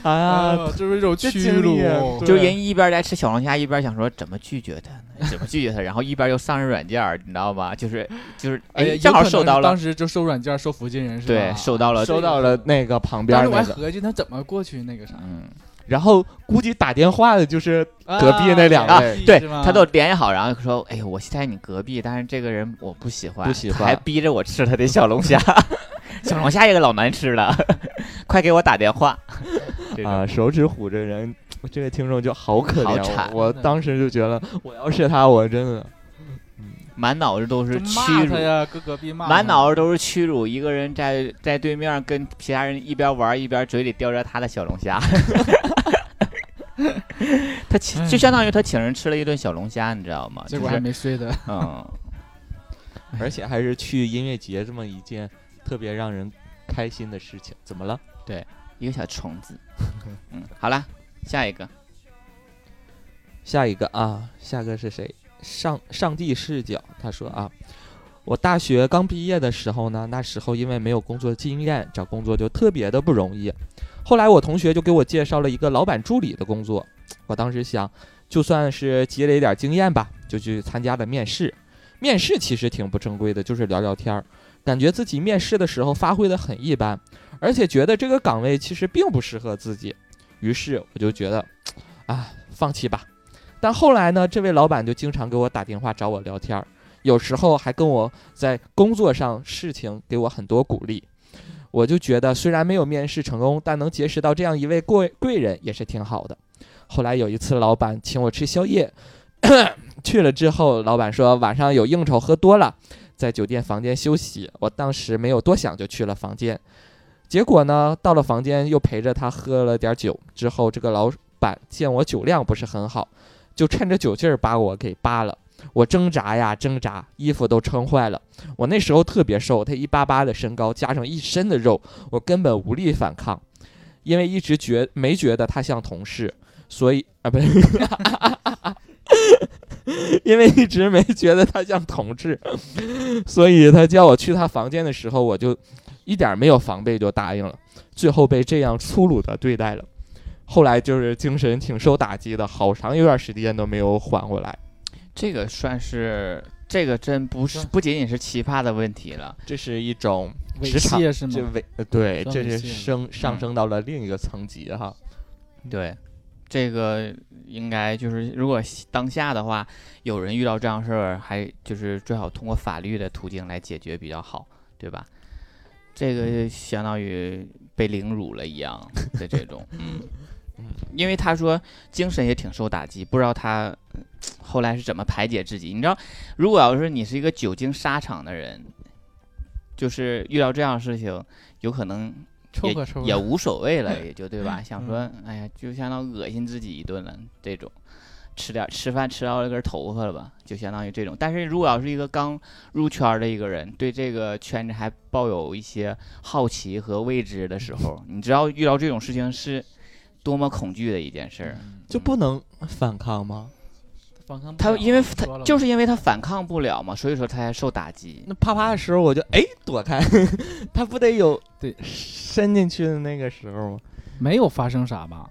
哎呀，啊， 就是一种这屈经历啊辱，哦就是人一边在吃小龙虾，一边想说怎么拒绝他 呢？怎么拒绝他？然后一边又上人软件儿，你知道吗？就是就是，哎呀，哎，正好受到有可能是了当，时就收软件，收福建人是吧？对，受到了，收到了那个旁边当时我那还个，合计他怎么过去那个啥，嗯，然后估计打电话的就是隔壁那两啊位隔壁对是吗他都联系好，然后说：“哎呦，我在你隔壁，但是这个人我不喜欢，不喜他欢还逼着我吃他的小龙虾， 小龙虾也老难吃了， 快给我打电话。”这种啊，手指虎这人，这位听众就好可好怜哦惨，啊我当时就觉得我要是他，我真 的满脑子都是就屈骂辱他，呀，搁隔壁骂他，满脑子都是屈辱。一个人在在对面跟其他人一边玩一边嘴里叼着他的小龙虾， 他请就相当于他请人吃了一顿小龙虾，你知道吗？结就果还是没睡 的，嗯，而且还是去音乐节这么一件特别让人开心的事情。怎么了？一个小虫子。嗯，好了，下一个下一个啊，下个是谁？上上帝视角，他说啊，我大学刚毕业的时候呢，那时候因为没有工作经验，找工作就特别的不容易。后来我同学就给我介绍了一个老板助理的工作，我当时想，就算是积累点经验吧，就去参加了面试。面试其实挺不正规的，就是聊聊天儿，感觉自己面试的时候发挥的很一般，而且觉得这个岗位其实并不适合自己，于是我就觉得，啊，放弃吧。但后来呢，这位老板就经常给我打电话找我聊天儿，有时候还跟我在工作上事情给我很多鼓励。我就觉得虽然没有面试成功，但能结识到这样一位贵贵人也是挺好的。后来有一次，老板请我吃宵夜， 去了之后，老板说晚上有应酬，喝多了，在酒店房间休息。我当时没有多想，就去了房间。结果呢，到了房间又陪着他喝了点酒，之后这个老板见我酒量不是很好，就趁着酒劲儿把我给扒了。我挣扎呀挣扎，衣服都撑坏了。我那时候特别瘦，他一八八的身高加上一身的肉，我根本无力反抗，因为一直觉没觉得他像同事，所以啊不是， 因为一直没觉得他像同志，所以他叫我去他房间的时候，我就一点没有防备就答应了，最后被这样粗鲁的对待了。后来就是精神挺受打击的，好长一段时间都没有缓过来。这个算是这个真不是不仅仅是奇葩的问题了，这是一种猥职场亵是这吗？伪呃对，算这猥是亵升上升到了另一个层级哈。对，这个应该就是如果当下的话，有人遇到这样事儿，还就是最好通过法律的途径来解决比较好，对吧？这个相当于被凌辱了一样的这种，嗯，因为他说精神也挺受打击，不知道他嗯后来是怎么排解自己。你知道，如果要是你是一个久经沙场的人，就是遇到这样的事情，有可能抽个抽也个，无所谓了，也就对嗯吧？想说，哎呀，就相当恶心自己一顿了，这种吃点吃饭吃到了根头发了吧，就相当于这种。但是如果要是一个刚入圈儿的一个人，对这个圈子还抱有一些好奇和未知的时候，你知道遇到这种事情是多么恐惧的一件事嗯儿。就不能反抗吗？反抗不他了因为嗯说他了就嘛是因为他反抗不了嘛，所以说他才受打击。那啪啪的时候我就哎躲 开，他不得有对伸进去的那个时候吗？没有发生啥吧？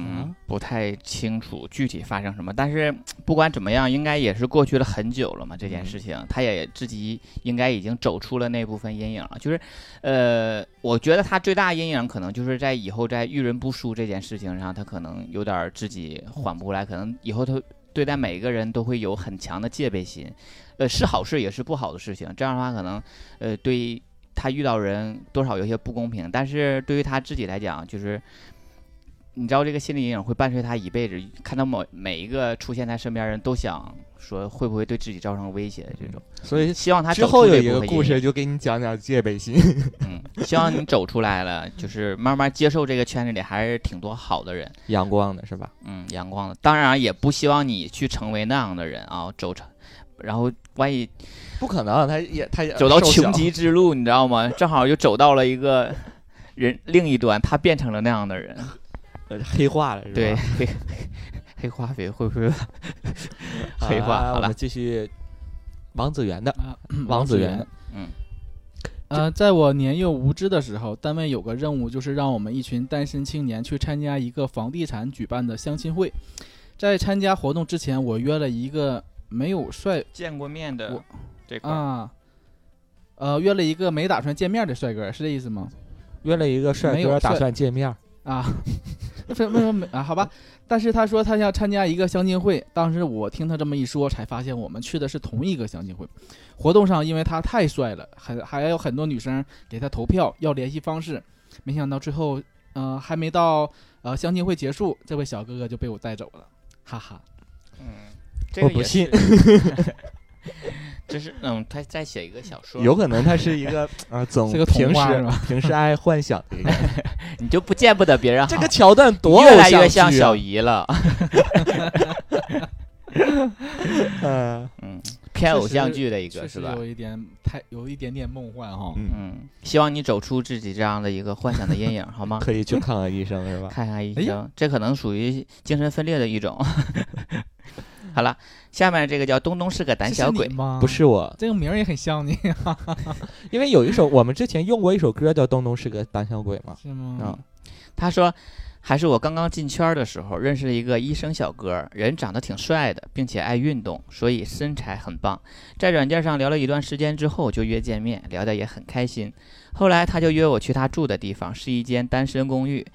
嗯啊，不太清楚具体发生什么，但是不管怎么样，应该也是过去了很久了嘛。这件嗯事情，他也自己应该已经走出了那部分阴影了。就是，呃，我觉得他最大阴影可能就是在以后在遇人不淑这件事情上，他可能有点儿自己缓不过来，可能以后他对待每个人都会有很强的戒备心，呃，是好事也是不好的事情。这样的话，可能呃对他遇到人多少有些不公平，但是对于他自己来讲，就是你知道这个心理阴影会伴随他一辈子，看到某每一个出现在身边的人都想说会不会对自己造成威胁的这种，所以希望他嗯之走后出有这一部个分故阴事影，就给你讲讲戒备 心。嗯，希望你走出来了，就是慢慢接受这个圈子里还是挺多好的人，阳光的是吧？嗯，阳光的，当然也不希望你去成为那样的人啊，走成。然后，万一不可能，他也他也走到瘦小穷极之路，你知 道吗？正好又走到了一个人另一端，他变成了那样的人。呃黑化了是吧？对，黑 黑化肥会不会 啊黑化？好我了们，继续王子源的 啊，王子源，嗯，呃，在我年幼无知的时候，单位有个任务，就是让我们一群单身 青年去参加一个房地产举办的相亲会。在参加活动之前，我约了一个没有帅见过面的我这块儿，啊，呃，约了一个没打算见面的帅哥，是这意思吗？约了一个帅没有哥，打帅算见 面儿。啊，为什么为什么没啊？好吧，但是他说他要参加一个相亲会，当时我听他这么一说，才发现我们去的是同一个相亲会。活动上，因为他太帅了，很还有很多女生给他投票要联系方式，没想到最后，呃，还没到呃相亲会结束，这位小哥哥就被我带走了，哈哈。嗯，这我个不也信 是。这是嗯，他再写一个小说，有可能他是一个 啊，总嗯是个童平话时是吧平时爱幻想的一个人。你就不见不得别人好，这个桥段多越偶来越像像剧小啊！姨了， 嗯，嗯，偏偶像剧的一确个是实吧？有一点太有一点点梦幻哈、嗯，嗯，希望你走出自己这样的一个幻想的阴影，好吗？可以去看看医生是 吧？看看医哎呀生，这可能属于精神分裂的一种。 好了，下面这个叫东东是个胆这小是你鬼，嗯吗？不，是我，这个名儿也很像你，因为有一首我们之前用过一首歌叫《东东是个胆小鬼》嘛。是吗？嗯啊他说，还是我刚刚进圈儿的时候认识了一个医生小哥儿，人长得挺帅的，并且爱运动，所以身材很棒。在软件上聊了一段时间之后，就约见面，聊得也很开心。后来他就约我去他住的地方，是一间单身公寓。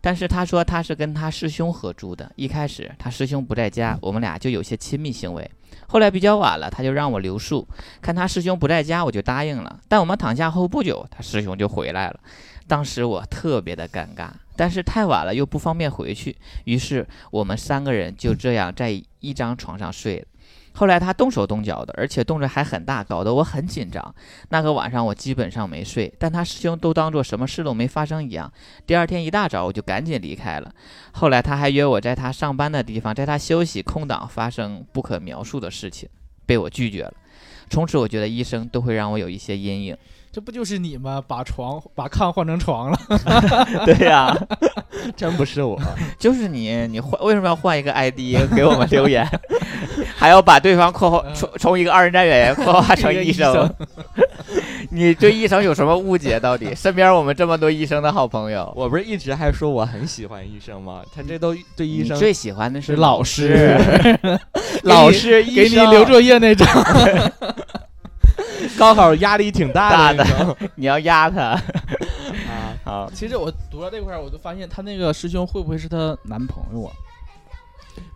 但是他说他是跟他师兄合住的。一开始他师兄不在家，我们俩就有些亲密行为。后来比较晚了，他就让我留宿，看他师兄不在家，我就答应了。但我们躺下后不久，他师兄就回来了，当时我特别的尴尬，但是太晚了又不方便回去，于是我们三个人就这样在一张床上睡了。后来他动手动脚的，而且动作还很大，搞得我很紧张。那个晚上我基本上没睡，但他师兄都当做什么事都没发生一样。第二天一大早我就赶紧离开了。后来他还约我在他上班的地方，在他休息空档发生不可描述的事情，被我拒绝了。从此我觉得医生都会让我有一些阴影。这不就是你吗？把床把炕换成床了，对呀、真不是我， 就是你，你换为什么要换一个 ID 给我们留言， 还要把对方括号嗯从从一个二人转演员括号成 医 生？你对医生有什么误解？到底身边我们这么多医生的好朋友，我不是一直还说我很喜欢医生吗？他这都对医生你最喜欢的是是老 师，老师医给你生留作业那张，高考压力挺大大那种你要压他。 啊，好， 其实我读到这块儿，我就发现她那个师兄会不会是她男朋友啊？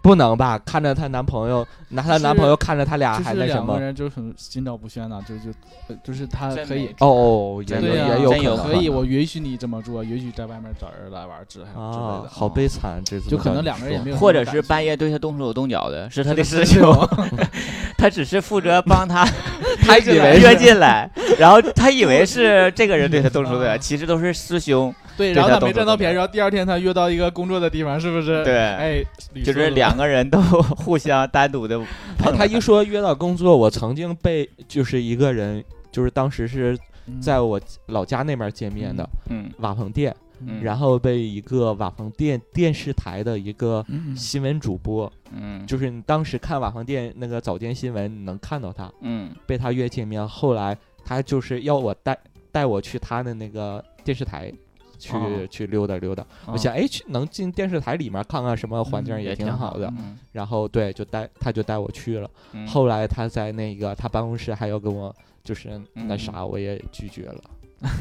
不能吧？看着她男朋友，拿她男朋友看着他俩就啊还是那什两个么？人就很心照不宣呐、就就呃就是她真可没以辙，哦，也对呀、也有真有可能以，我允许你这么做，允许在外面找人来玩儿之之类啊的，，好悲惨，这就可能两个人也有。没有什么或者是感情半夜对他动手动脚的是他的是他师师兄， 他只是负责帮他他以为约是进来，然后他以 为是这个人对他动手动嗯脚，其实都是师兄。对，对然后他他动没手赚到动便宜，脚然后第二天他约到一个工作的地方，是不呃是？对哎，捋就顺是了两个人都 互相单独的哎碰了他一说约到工作，我曾经被就是一个人，就是当时是嗯在我老家那边见面的嗯，瓦棚店，嗯然后被一个瓦棚店电视台的一个嗯嗯新闻主播，嗯就是你当时看瓦房店那个早间新闻，你能看到他嗯 被他约见面，后来他就是要我带带我去他的那个电视台去、哦去溜达溜达。哦我想哎，去能进电视台里面看看什么环境嗯也挺好的。嗯然后对，就带他就带我去了。嗯后来他在那个他办公室还要跟我就是那嗯啥，我也拒绝了，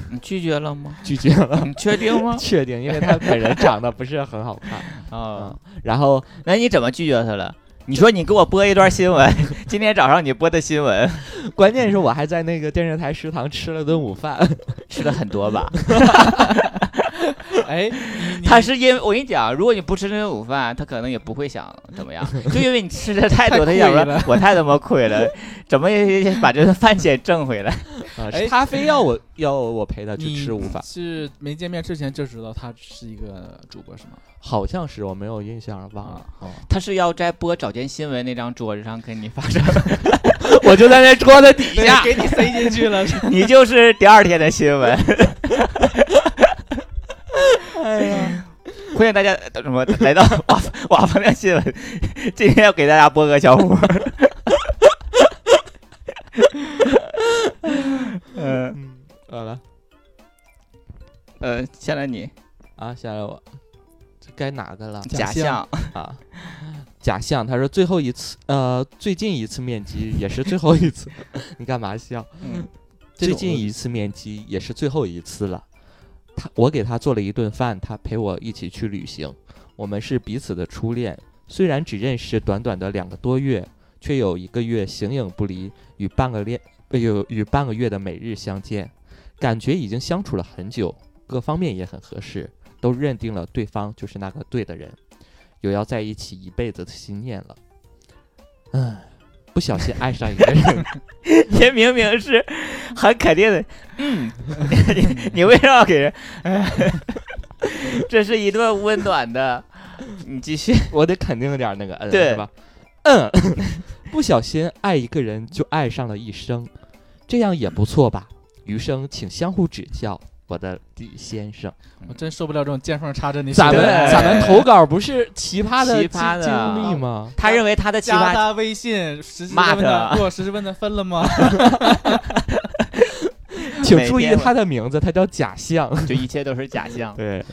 你拒绝了吗？拒绝了。？你确定吗 确定，因为他本人长得不是很好 看哦啊、，嗯然后那你怎么拒绝他了？你说你给我播一段新闻， 今天早上你播的新闻关键是我还在那个电视台食堂吃了顿午 饭，吃了很多吧？哎， 他是因为我跟你讲，如果你不吃那顿午饭，他可能也不会想怎么 样，就因为你吃的太多，他太想亏说了我太他妈亏了，怎么也也把这顿饭钱挣回来？啊，哎是他嗯非要 我要我陪他去你吃午饭，是没见面之前就知道他是一个主播是吗？好像是我没有印象，忘了。哦他是要在播早间新闻那张桌子上跟你发生， 我就在那桌子底 下，给你塞 进去了，你就是第二天的新闻。哎呀，欢迎大家呃什么来到瓦瓦房亮新闻，今天要给大家播个小伙儿。嗯好了呃，下来你啊，下来我这该哪 个了假假象象，啊？假象，他说最后一次，呃，最近一次面基也是最后一次， 你干嘛笑？嗯这最种近一次面基也是最后一次了。他我给他做了一顿饭，他陪我一起去旅行。我们是彼此的初恋，虽然只认识短短的两个多月，却有一个月形影不离，与半个恋呃有与半个月的每日相见，感觉已经相处了很久，各方面也很合适，都认定了对方就是那个对的人，有要在一起一辈子的心念了。嗯，不小心爱上一个人，您明明是很肯定的，嗯， 你你为什么要给 人？这是一顿温暖的，你继续，我得肯定点儿那个嗯，对是吧？嗯， 不小心爱一个人就爱上了一生，这样也不错吧？余生请相互指教，我的李先生。我真受不了这种见缝插针的行咱为。们对咱们投稿不是奇葩的奇葩经的经历吗？他认为他的奇加葩他微信，实时地骂问他他，给我实时问他分了吗？请注每意天他的名字，他叫假象。 就一切都是假象。对，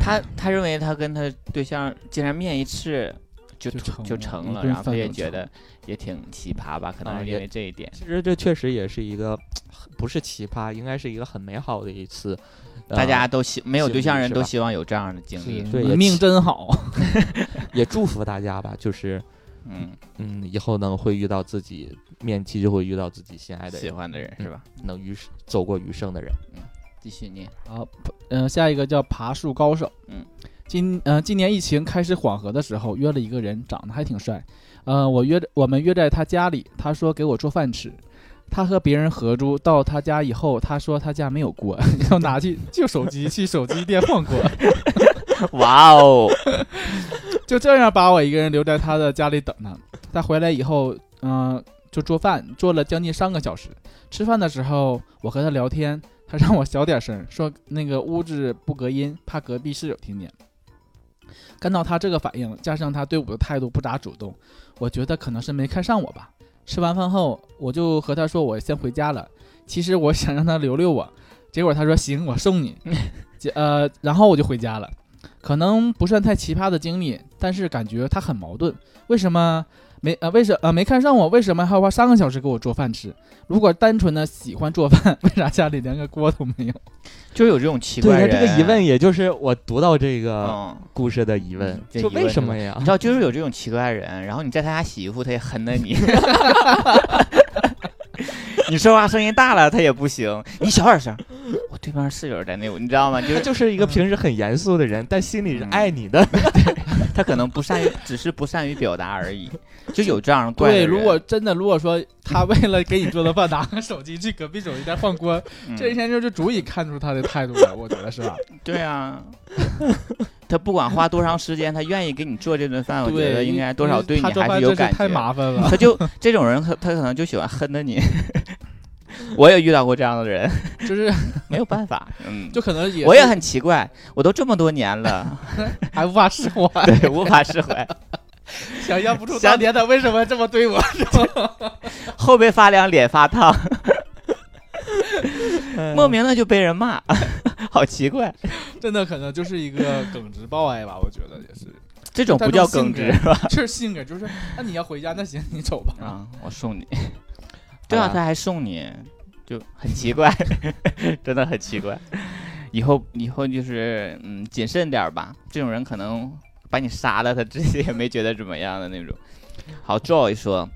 他他认为他跟他对象见上面一次 就就突成就了成一了，顿然后他饭也就觉成得也挺奇葩吧，可能啊是因也为这一点，其实这确实也是一个不是奇葩，应该是一个很美好的一次。呃大家都希没有经对象历人是都吧嗯希望有这样的经历。对 你命真好，也祝福大家吧，就是嗯，嗯，以后呢会遇到自己面基就会遇到自己心爱的喜人，欢的人是吧？能余生走过余生的人。继续念，好，嗯、下一个叫爬树高手。嗯，今呃今年疫情开始缓和的时候，约了一个人，长得还挺帅。呃，我约我们约在他家里，他说给我做饭吃。他和别人合租，到他家以后，他说他家没有锅， 要拿去旧手机去手机店换锅。哇哦， 就这样把我一个人留在他的家里等他。他回来以后，嗯、就做饭，做了将近三个小时。吃饭的时候，我和他聊天，他让我小点声，说那个屋子不隔音， 怕隔壁室友听见。看到他这个反应，加上他对我的态度不咋主动，我觉得可能是没看上我吧。吃完饭后，我就和他说我先回家了。其实我想让他留留我，结果他说行，我送你。结呃，然后我就回家了。可能不算太奇葩的经历，但是感觉他很矛盾。为什么没呃为什呃没看上我？为什么还要花三个小时给我做饭吃？如果单纯的喜欢做饭，为啥家里连个锅都没有？就有这种奇对怪呀，人。这个疑问，也就是我读到这个嗯，故事的疑问嗯，这就疑问为什是么吧呀 你？知道，就是有这种奇怪人，然后你在他家洗衣服，他也恨得你。 你说话声音大了，他也不行。你小点声，我对面室友在那屋，你知道吗？就他是就是一个平时很严肃的人，但心里是嗯爱你的。 他可能不善于，只是不善于表达而已。就有这样的怪的对，人。如果真的如果说他为了给你做的饭，拿个手机去隔壁手机店换锅，嗯这一天就是足以看出他的态度了，我觉得是吧？对啊，他不管花多长时间，他愿意给你做这顿 饭，我觉得对，应该多少对你他做还饭有真感是觉。太麻烦 了。他就这种人，他他可能就喜欢恨的你。 我也遇到过这样的人， 就是没有办法，嗯，就可能也我也是很奇怪，我都这么多年了，还无法释怀， 对，无法释怀，想象不出当年他为什么这么对我。后背发凉，脸发烫，莫名的就被人骂，好奇怪，真的可能就是一个耿直暴爱吧，我觉得也是，这种哦不叫耿直吧？ 就是性格，就是那你要回家，那行你走吧。啊，我送你， 对啊，好吧他还送你，就很奇怪， 真的很奇怪。以后以后就是嗯，谨慎点儿吧，这种人可能把你杀了，他自己也没觉得怎么样的那种。好，Joy 说。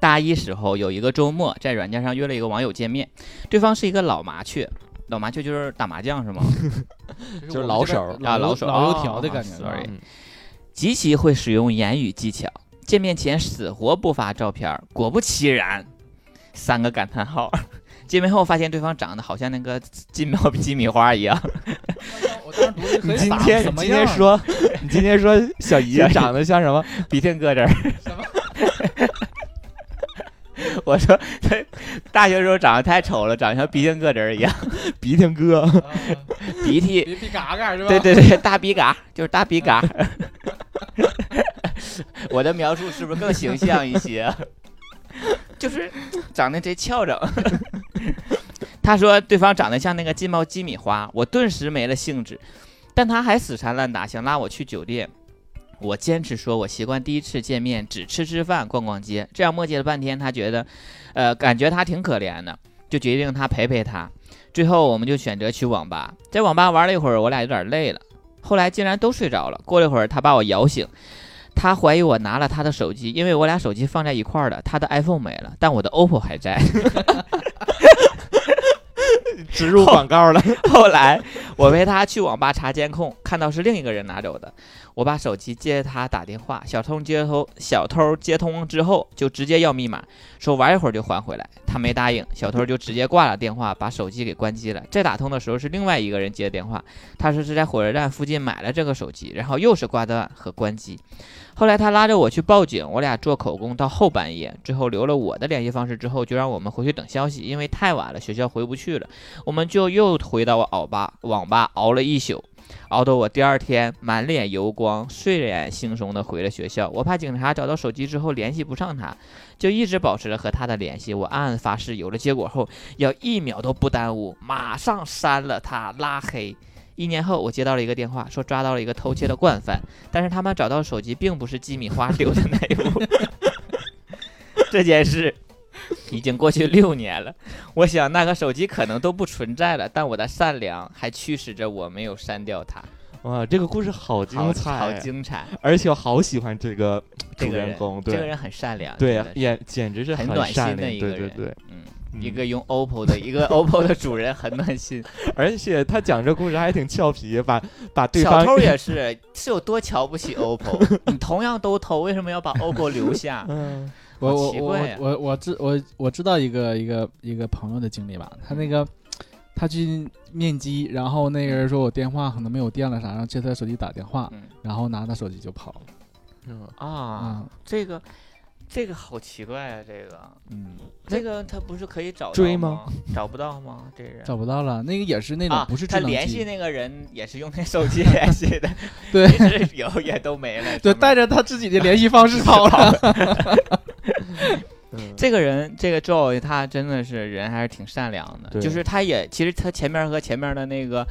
大一时候有一个周末，在软件上约了一个网友见面，对方是一个老麻雀，老麻雀就是打麻将是吗？就是我们老这边手啊老油手老哦油条的感觉。 sorry 嗯极其会使用言语技巧，见面前死活不发照片儿。果不其然，三个感叹号。 见面后发现对方长得好像那个金毛鸡米花一样，我当时读的你很今傻天什你么今样天啊？说你今天说小姨小姨长得像什么？鼻涕搁这儿。 我说， 他大学时候长得太丑了，长得像鼻涕搁这儿一样， 鼻涕哥，鼻涕，啊 别别嘎嘎是吧？对对对， 大鼻嘎，就是大鼻嘎。 我的描述是不是更形象一些？ 就是长得贼翘整。 他说对方长得像那个金毛鸡米花，我顿时没了兴致，但他还死缠烂打，想拉我去酒店。我坚持说，我习惯第一次见面只吃吃饭、逛逛街，这样磨叽了半天，他觉得，呃，感觉他挺可怜的，就决定他陪陪他。最后我们就选择去网吧，在网吧玩了一会儿，我俩有点累了，后来竟然都睡着了。过了一会儿，他把我摇醒，他怀疑我拿了他的手机，因为我俩手机放在一块儿了，他的 iPhone 没了，但我的 OPPO 还在。植入广告了。 后来我陪他去网吧查监控，看到是另一个人拿走的。我把手机借他打电话，小偷接通，小偷接通之后就直接要密码，说玩一会儿就还回来。他没答应，小偷就直接挂了电话，把手机给关机了。再打通的时候是另外一个人接的电话，他说是在火车站附近买了这个手机，然后又是挂断和关机。后来他拉着我去报警，我俩做口供到后半夜，最后留了我的联系方式之后，就让我们回去等消息，因为太晚了，学校回不去了。我们就又回到网吧，网吧熬了一宿，熬得我第二天满脸油光，睡眼惺忪的回了学校。我怕警察找到手机之后联系不上他，就一直保持着和他的联系。我暗暗发誓，有了结果后要一秒都不耽误，马上删了他，拉黑。一年后，我接到了一个电话，说抓到了一个偷窃的惯犯，但是他们找到手机并不是鸡米花丢的那一部。 这件事已经过去六年了。我想那个手机可能都不存在了，但我的善良还驱使着我没有删掉它。哇，这个故事好精好彩，好精彩！而且我好喜欢这个主这个人人公，这个对人很善良，对真的，是也简直是很暖善心良，的一个对对人，对，啊嗯，嗯一个用 OPPO 的 一个 OPPO 的主人很暖心，而且他讲这故事还挺俏皮，把把对小方？偷也是是有多瞧不起 OPPO，你 同样都偷，为什么要把 OPPO 留下 嗯我好我奇我怪呀我我知我我知道一个一个一个朋友的经历吧，他那个他去面基，然后那个人说我电话可能没有电了啥，然后借他手机打电话，嗯然后拿他手机就跑了。嗯啊，这个这个好奇怪啊，这个嗯，这个他不是可以找到追吗吗？找不到吗？这人找不到了，那个也是那种啊，不是智他能联系机，那个人也是用那手 机联系的，对一直有也都没了，对，是吗带着他自己的联系方式 跑了。嗯这个人，这个 Joe，他真的是人还是挺善良的，对就是他也其实他前面和前面的那个，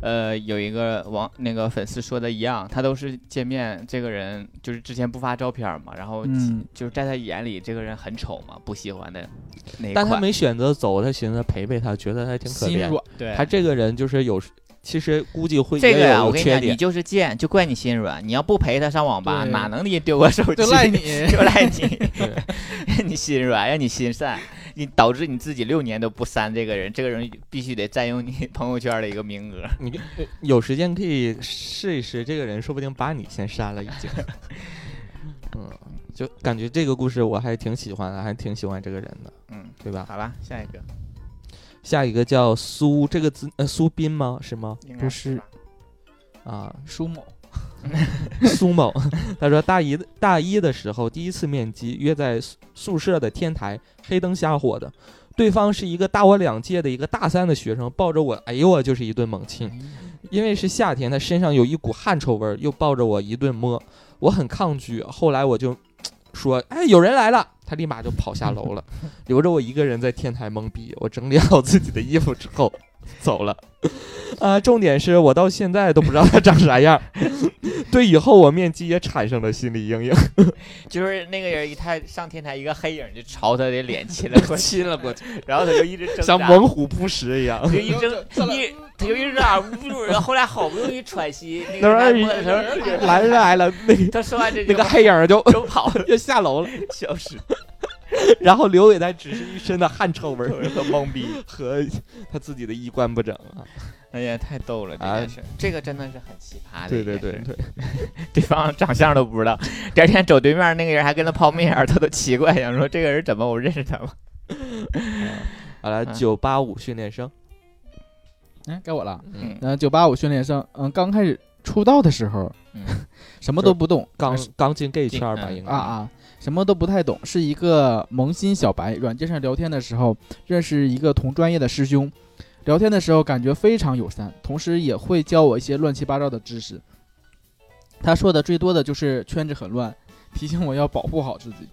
呃，有一个网那个粉丝说的一样，他都是见面这个人就是之前不发照片嘛，然后、嗯就是在他眼里这个人很丑嘛，不喜欢的那一但他款没选择走，他寻思陪陪他，觉得他挺可心怜。软，对他这个人就是有，其实估计会这个也呀，有我跟你缺讲，你点。就是贱，就怪你心软。你要不陪他上网吧，对哪能你丢个手 机？就赖你就赖你。 你心软，让你心善，你导致你自己六年都不删这个人，这个人必须得占用你 朋友圈的一个名额。你呃有时间可以试一试，这个人说不定把你先删了已 经。嗯，就感觉这个故事我还挺喜欢的，还挺喜欢这个人的，嗯，对吧？好了，下一个下一个叫苏，这个字呃苏斌吗？是吗？应该不是吧啊，舒某， 苏某，他说大一的大一的时候第一次面基，约在宿宿舍的天台，黑灯瞎火的。对方是一个大我两届的一个大三的学生，抱着我，哎呦我就是一顿猛亲， 因为是夏天，他身上有一股汗臭味儿，又抱着我一顿摸，我很抗拒。后来我就嘖说，哎，有人来了，他立马就跑下楼了，留着我一个人在天台懵逼。我整理好自己的衣服之后走了。 啊，重点是我到现在都不知道他长啥样，对以后我面基也产生了心理阴影，就是那个人一他上天台，一个黑影就朝他的脸亲了过去，亲了过去，然后他就一直挣扎，像猛虎扑食一样。就一睁一他就一直啊呜呜，然后后来好不容易喘息，他那个说人摸的时 候，来了来了，那 个他说完这句那个话黑影儿就就跑 了，就下楼了，消失，然后留给他只是一身的汗臭味儿。很懵逼。 和他自己的衣冠不整啊。哎呀，太逗了，这啊件事，这个真的是很奇葩的。对对对，对， 对方长相都不知道，第二天走对面那个人还跟他抛媚眼儿，他都奇怪，想说这个人怎么我认识他吗？好了，嗯九八五训练生，哎，该我了。嗯，然后九八五训练生，嗯，刚开始出道的时候，嗯 什么都不懂，刚刚进 gay 进圈儿吧，嗯应该啊啊，什么都不太懂，是一个萌新小白。软件上聊天的时候，认识一个同专业的师兄，聊天的时候感觉非常友善，同时也会教我一些乱七八糟的知识。他说的最多的就是圈子很乱，提醒我要保护好自己。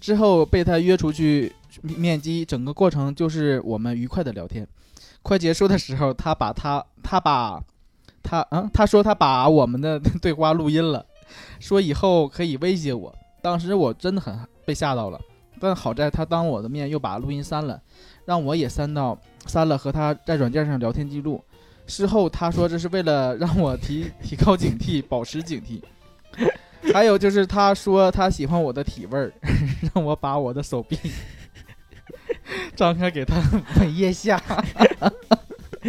之后被他约出去面面基，整个过程就是我们愉快的聊天。快结束的时候，他把他他把他啊，他说他把我们的 对话录音了，说以后可以威胁我。当时我真的很被吓到了，但好在他当我的面又把录音删了，让我也删到删了和他在软件上聊天记录。事后他说这是为了让我提 提高警惕，保持警惕。还有就是他说他喜欢我的体味儿， 让我把我的手臂 张开给他闻腋下，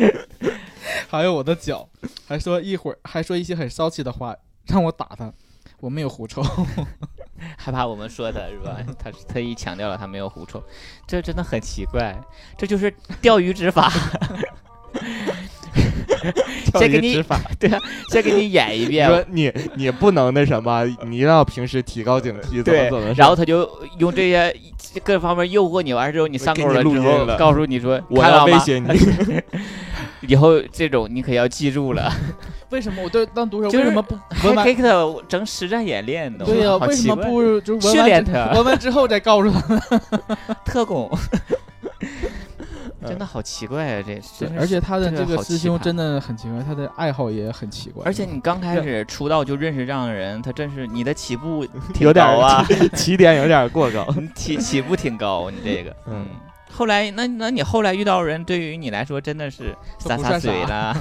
还有我的脚，还说一会儿还说一些很骚气的话，让我打他。我没有狐臭。害怕我们说他是吧？ 他特意强调了他没有狐臭，这真的很奇怪，这就是钓鱼执法。 钓先给鱼你执法。对啊，先给你演一你遍，说你你不能那什么，你要平时提高警惕，怎么对怎么。然后他就用这些各方面诱惑你，完了之后你上钩给你录之音后了，告诉你说，我看要到威吗？胁你， 以后这种你可要记住 了，为什么我对当读者就是为什么不还文完？给他整实战演练都，对呀、好为奇什么怪，不就是文训练完他？文完之后再告诉 他？特 工，真的好奇怪啊！这真是而且他的这这个个好师奇兄葩真啊的很奇怪，他的爱好也很奇怪。而且你刚开始出道就认识这样的人，他真是你的起 步挺有点高啊，起点有点过高。 你起起步挺高，你这个嗯嗯。后来，那那你后来遇到人，对于你来说真的是都洒不洒算水了，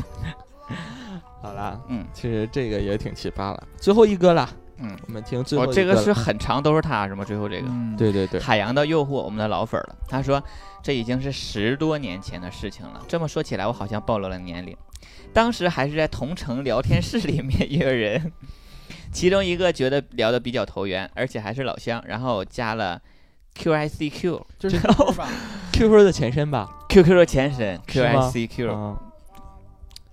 好啦，嗯其实这个也挺奇葩了。最后一哥啦，嗯，我们听最后哦，一这个个是很长，都是他是吗？最后这个，嗯，对对对，海洋的诱惑，我们的老粉儿了。他说，这已经是十多年前的事情了。这么说起来，我好像暴露了年龄。当时还是在同城聊天室里面约人， 其中一个觉得聊得比较投缘，而且还是老乡，然后加了 QICQ，就是是这 QQ 的前身吧？ QQ 的前身是吗 QICQ，嗯，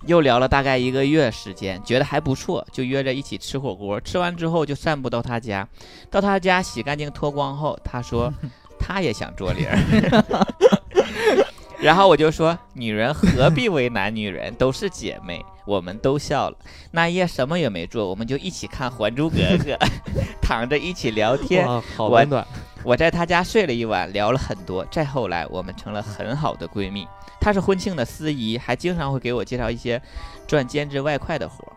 又聊了大概一个月时间，觉得还不错，就约着一起吃火锅。吃完之后就散步到他家，到他家洗干净脱光后，他说他也想做零儿， 然后我就说女人何必为难女人，都是姐妹。我们都笑了，那一夜什么也没做，我们就一起看《还珠格格》， 躺着一起聊天，哇，好我温暖。我在她家睡了一晚，聊了很多。再后来，我们成了很好的闺蜜。她是婚庆的司仪，还经常会给我介绍一些赚兼职外快的活儿。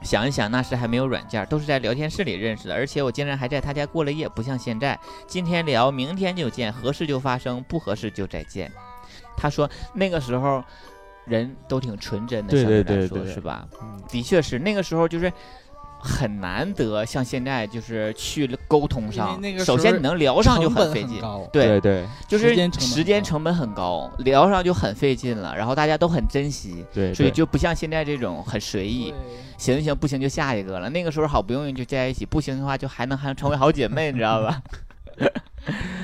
想一想，那时还没有软件，都是在聊天室里认识的，而且我竟然还在她家过了夜，不像现在，今天聊，明天就见，合适就发生，不合适就再见。她说那个时候人都挺纯真的，对相对对来对说对是吧？嗯的确是那个时候就是。很难得像现在就是去沟通上，因为那个时首候先你能聊上就成本费劲，高，对，对就是时间成本时间高成本很高，聊上就很费劲了，然后大家都很珍惜，对，所以对就不像现在这种很随意，行就行，不行就下一个了。那个时候好不容易就在一起，不行的话就还能还成为好姐妹，你知道吧？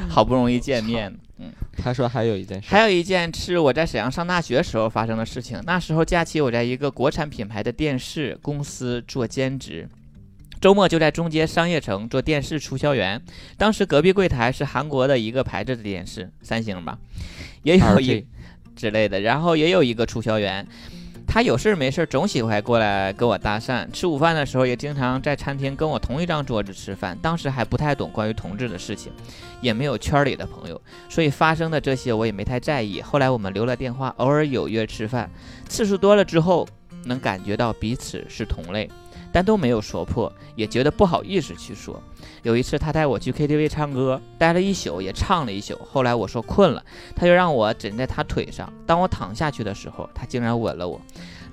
好不容易见 面，嗯，他说还有一件事，还有一件是我在沈阳上大学时候发生的事情。那时候假期我在一个国产品牌的电视公司做兼职，周末就在中街商业城做电视促销员。当时隔壁柜台是韩国的一个牌子的电视，三星吧，也有 RT 一之类的，然后也有一个促销员。他有事儿没事儿总喜欢过来跟我搭讪，吃午饭的时候也经常在餐厅跟我同一张桌子吃饭。当时还不太懂关于同志的事情，也没有圈儿里的朋友，所以发生的这些我也没太在意。后来我们留了电话，偶尔有约吃饭，次数多了之后，能感觉到彼此是同类，但都没有说破，也觉得不好意思去说。有一次他带我去 KTV 唱歌，待了一宿，也唱了一宿。后来我说困了，他就让我枕在他腿上。当我躺下去的时候，他竟然吻了我。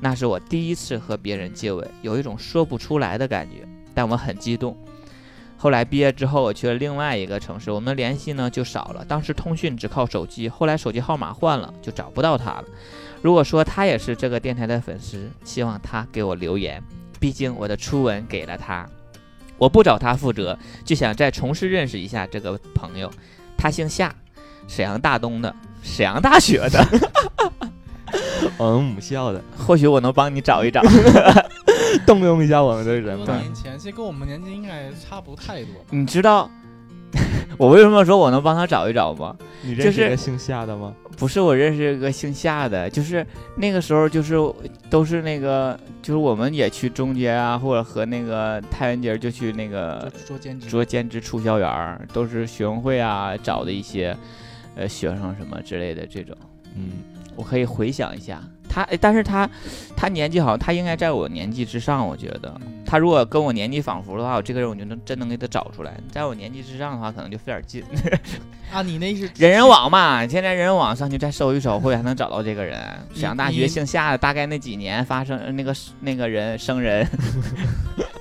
那是我第一次和别人接吻，有一种说不出来的感觉，但我很激动。后来毕业之后，我去了另外一个城市，我们的联系呢就少了。当时通讯只靠手机，后来手机号码换了，就找不到他了。如果说他也是这个电台的粉丝，希望他给我留言，毕竟我的初吻给了他。我不找他负责，就想再重新认识一下这个朋友。他姓夏，沈阳大东的，沈阳大学的。 嗯母校 的，或许我能帮你找一找。动用一下我们的人多脉。年前，其实跟我们年纪应该差不太多吧。你知道 我为什么说我能帮他找一找吗？你就认识是一个姓夏的吗？不是我认识一个姓夏的，就是那个时候就是都是那个就是我们也去中街啊，或者和那个太原街就去那个呃就嗯做兼职，做兼职促销员儿，都是学生会啊找的一些呃学生什么之类的这种。嗯，我可以回想一下他，哎但是他他年纪好像他应该在我年纪之上，我觉得嗯他如果跟我年纪仿佛的话，我这个人我就能真能给他找出来。在我年纪之上的话，可能就费点劲。 啊，你那是人人网嘛，现在人人网上去再搜一搜，或许还能找到这个人。你沈阳大学你姓夏的，大概那几年发生那个那个人 生人，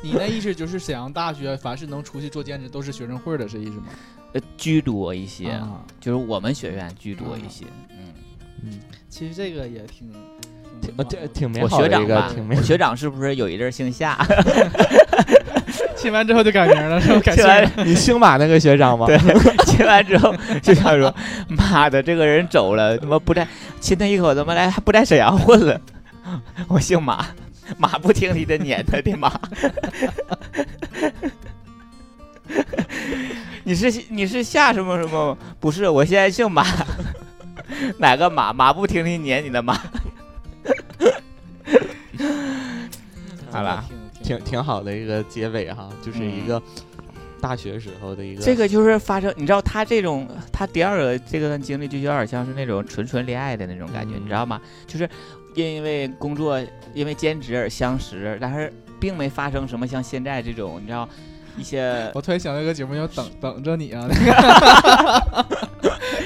你那意思就是沈阳大学凡是能出去做兼职都是学生会的，是意思 吗？呃，居多一些，啊，就是我们学院居啊多一些。嗯，其实这个也挺哦挺呃这挺美我好学的一长个吧，，挺美我。学长是不是有一阵儿姓夏？听完之后就改名了， 是吧？改听姓完了。 你姓马那个学长吗？对， 亲完之后就想说， 妈的，这个人走了，他妈不在亲他一口，他妈来还不在沈阳混了。 我姓马，马不停蹄的撵他的马。 你是你是夏什么什么吗？不是，我现在姓马， 哪个马？马不停蹄撵你的马。 好了，挺挺好的一个结尾哈，就是一嗯个大学时候的一个这个就是发生，你知道他这种，他第二个这段经历就有点像是那种纯纯恋爱的那种感觉，嗯你知道吗？就是因为工作，因为兼职而相识，但是并没发生什么像现在这种，你知道一些我突然想到一个节目叫《等等着你》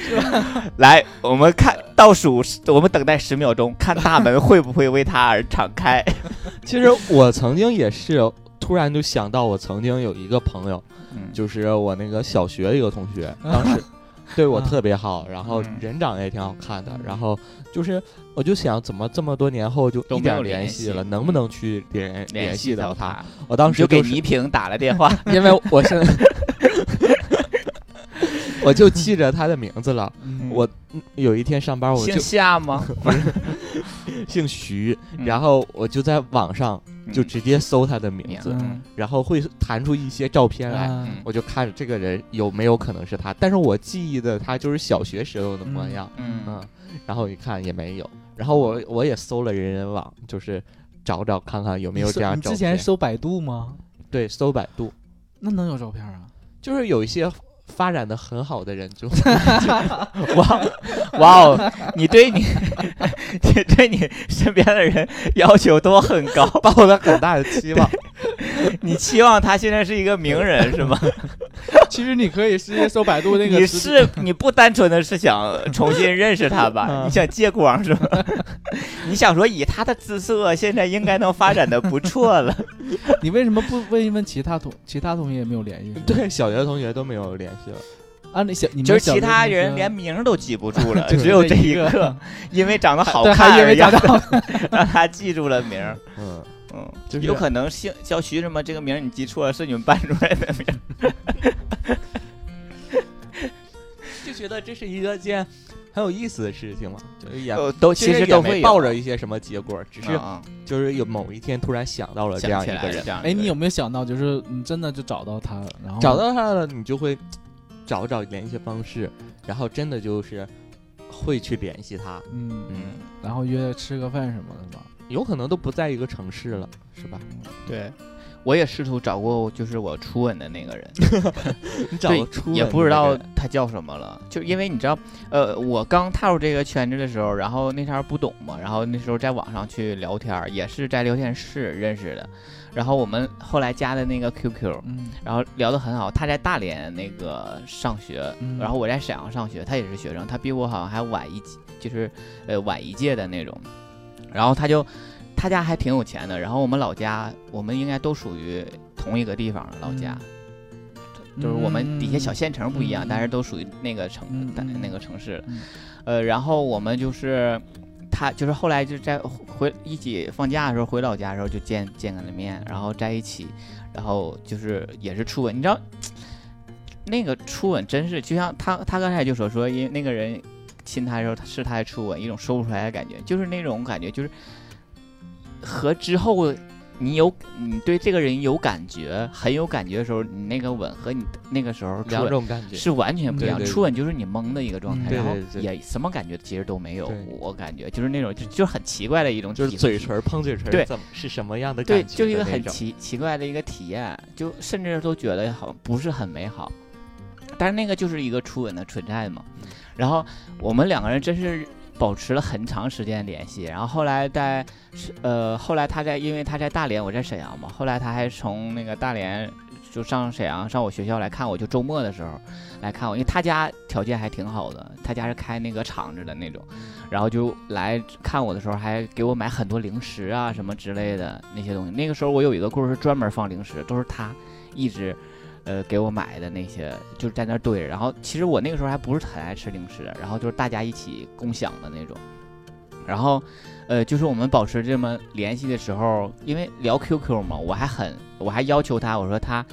啊， 来，我们看倒数，我们等待十秒钟，看大门会不会为他而敞开。其实我曾经也是突然就想到我曾经有一个朋友，嗯就是我那个小学一个同 学，当时对我特别好，然后嗯人长得也挺好看的，然后就是我就想怎么这么多年后就都一没点有联联系系了，能不能去联联系到到他？，我你当时就给是倪萍打了电 话， 因为我是，我就记着他的名字了。我嗯有一天上班，我姓就夏吗？姓徐，嗯然后我就在网上就嗯直接搜他的名名字字，嗯然后会弹出一些照片来，啊，我就看这个人有没有可能是他。但是我记忆的他就是小学时候的模样，嗯嗯嗯，然后一看也没有，然后我我也搜了人人网，就是找找看看有没有你搜这样你照之片前。搜百度吗？对，搜百度。那能有照片啊？就是有一些发展的很好的人就， 哇哇哦，你对你，你对你身边的人要求都很高，抱了很大的期望。你期望他现在是一个名人是吗？其实你可以直接搜百度那个你实体，是你不单纯的是想重新认识他吧？嗯你想借光是吗？ 你想说以他的姿色，现在应该能发展的不错了。你为什么不问一问其他同其他同学也没有联系？，对，小学同学都没有联系了。啊，你小你们就是小其学他同学人连名儿都记不住了，就只有那这一一个 个，因为长得好对还看因而为让长得 让他记住了名儿。 嗯，嗯，就是有可能姓叫徐什么这个名儿你记错了，是你们班主任的名儿。就觉得这是一个件很有意思的事情嘛，就是也。呃都其实实也都没会抱有着一些什么结果，只是嗯就是有某一天突然想到了这嗯想样起一来个了人这，样一个人，哎，你有没有想到，就是你真的就找到他了，然后找到他了，你就会找找联系方式，然后真的就是会去联系他，嗯，嗯，然后约吃个饭什么的嘛。有可能都不在一个城市了，是吧？对，我也试图找过，就是我初吻的那个人，你找对个初也吻不的知道人他叫什么了，就因为你知道，呃，我刚踏入这个圈子的时候，然后那时候不懂嘛，然后那时候在网上去聊天儿，也是在聊天室认识的，然后我们后来加的那个 QQ，嗯，然后聊得很好。他在大连那个上学，嗯然后我在沈阳上学，他也是学生，他比我好像还晚一级，就是呃晚一届的那种。然后他就他家还挺有钱的，然后我们老家我们应该都属于同一个地方的老家，就是我们底下小县城不一样，嗯但是都属于那个城、嗯但嗯那个城市。嗯呃，然后我们就是他就是后来就在回一起放假的时候回老家的时候就见见个面，然后在一起，然后就是也是初吻，你知道那个初吻真是就像他他刚才就说说，因为那个人亲他的时候是他的初吻，一种说不出来的感觉，就是那种感觉就是和之后。你有你对这个人有感觉，很有感觉的时候，你那个吻和你那个时候初两吻种感觉，是完全不一样。对对对初吻就是你懵的一个状态，嗯对然后对对也什么感觉其实都没有对。我感觉就是那种就就很奇怪的一种体就会，是嘴唇碰嘴唇，对怎么是什么样的对，感觉？就是一个很。奇奇怪的一个体验，就甚至都觉得好像不是很美好。但是那个就是一个初吻的存在嘛。嗯然后我们两个人真是保持了很长时间联系。然后后来在是呃，后来他在因为他在大连，我在沈阳嘛。后来他还从那个大连就上沈阳上我学校来看我，就周末的时候来看我，因为他家条件还挺好的，他家是开那个厂子的那种。然后就来看我的时候，还给我买很多零食啊什么之类的那些东西。那个时候我有一个柜儿是专门放零食，都是他一直呃给我买的那些，就是在那儿堆着。然后其实我那个时候还不是很爱吃零食，然后就是大家一起共享的那种。然后呃，就是我们保持这么联系的时候，因为聊 QQ 嘛，我还很我还要求他，我说他。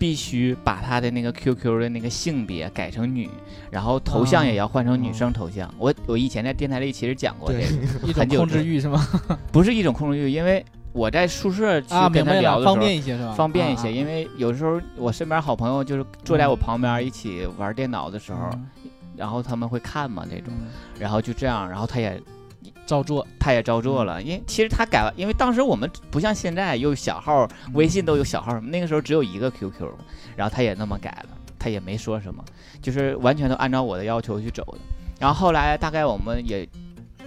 必须把他的那个 QQ 的那个性别改成女，然后头像也要换成女哦生头像。我我以前在电台里其实讲过这对个，嗯一种很久控之制欲是吗？不是一种控制欲，因为我在宿舍去啊，跟明他白聊了，的时候，方便一些是吧？方便一些，啊因为有时候我身边好朋友就是坐在我旁嗯边一起玩电脑的时候，啊然后他们会看嘛那种，嗯然后就这样，然后他也照做，他也照嗯做了，因为其实他改完，因为当时我们不像现在有小号，微嗯信都有小号什么，那个时候只有一个 QQ，然后他也那么改了，他也没说什么，就是完全都按照我的要求去走的。然后后来大概我们也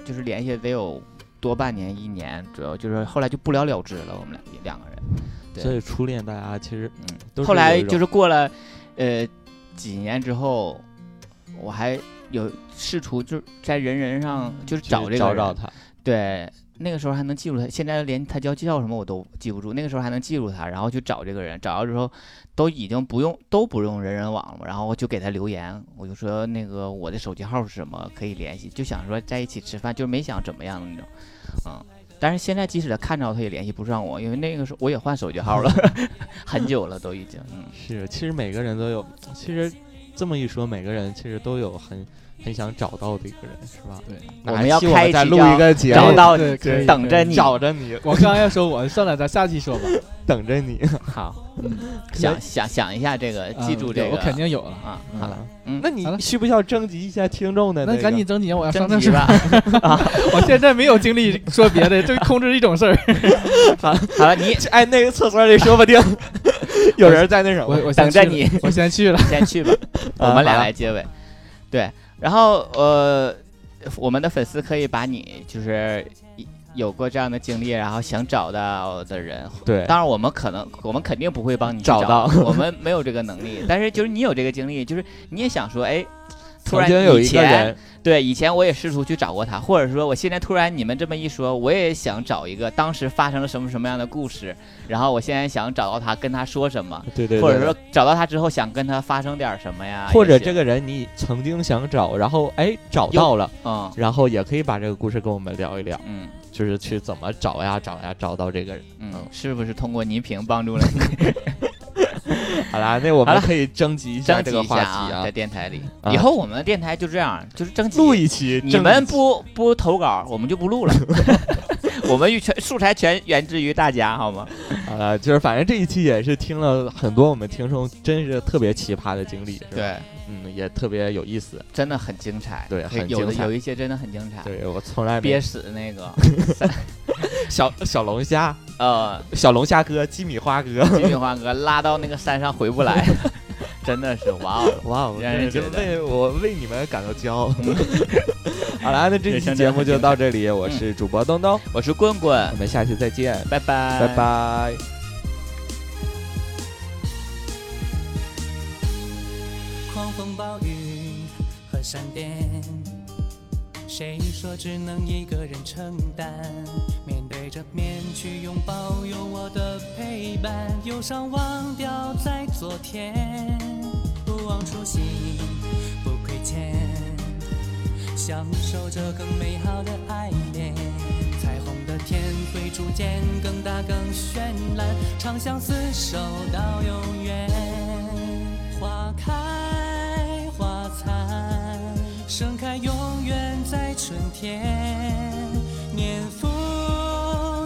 就是联系得有多半年一年左右，就是后来就不了了之了，我们俩两个人。对所以初恋大家其实都嗯，是后来有一种就是过了呃几年之后，我还有试图就是在人人上就是去找这个找人找他，对，那个时候还能记住他，现在连他叫叫什么我都记不住。那个时候还能记住他，然后去找这个人，找到之后都已经不用都不用人人网了，然后我就给他留言，我就说那个我的手机号是什么，可以联系，就想说在一起吃饭，就是没想怎么样的那种，嗯。但是现在即使他看着我，他也联系不上我，因为那个时候我也换手机号了， 很久了都已经，嗯。是，其实每个人都有，其实这么一说，每个人其实都有很很想找到的一个人，是吧？对，哪我一们要期我开们一再期录叫一个节找目到对你可以等着可以你找着你， 我刚要说，我算了，咱下期说 吧。等着你。好，以想想想一下这个，记住这个，嗯我肯定有了。啊，好了，嗯那好你了需不需要征集一下听众的、那个赶紧征集，我要上征正集事。吧。我现在没有精力说 别的，就控制一种事儿。好了， 你哎，那个厕所里说不定 有人在那什我么。我先等着去了你，我先去了。 先去 吧，我啊们好俩了来结尾。对，然后呃，我们的粉丝可以把你就是一有过这样的经历，然后想找到的人，对当然我们可能我们肯定不会帮你去找到 我们没有这个能力。但是就是你有这个经历，就是你也想说，哎，曾突然经有以一个前人，对，以前我也试图去找过他，或者说我现在突然你们这么一说，我也想找一个当时发生了什么什么样的故事，然后我现在想找到他，跟他说什么，对对对，或者说找到他之后想跟他发生点什么呀，或者也行这个人你曾经想找，然后哎找到了，嗯然后也可以把这个故事跟我们聊一聊，嗯就是去怎么找呀找呀找到这个人。嗯，是不是通过倪萍帮助了 你好啦，那我好们了可以征集一下征这集个一下话啊，题啊在，电台里，啊以后我们的电台就这样，就是征集录一期。你征们集不不投稿，我们就不录 了。我们全素材全源自于大家，好吗？好了，就是反正这一期也是听了很多我们听众真是特别奇葩的经历，是吧？对，啊嗯，也特别有意思。真的很精彩，对很有的精彩有一些真的很精彩。对我从来憋没死那个，小小龙虾、呃，小龙虾哥、鸡米花哥，金米花哥拉到那个山上回不来， 真的是 哇哦！哇，我让人真觉是得为我为你们感到骄傲。 好了，那这人期生节真的目很就精到这里，我是主播东东，我是棍棍我，们下期再见，拜拜，拜拜。狂风暴雨和闪电，谁说只能一个人承担？面对着面去拥抱有我的陪伴，忧伤忘掉在昨天，不忘初心，不亏欠，享受着更美好的爱恋。彩虹的天会逐渐更大更绚烂，长相厮守到永远。花开花残，盛开永远在春天。年复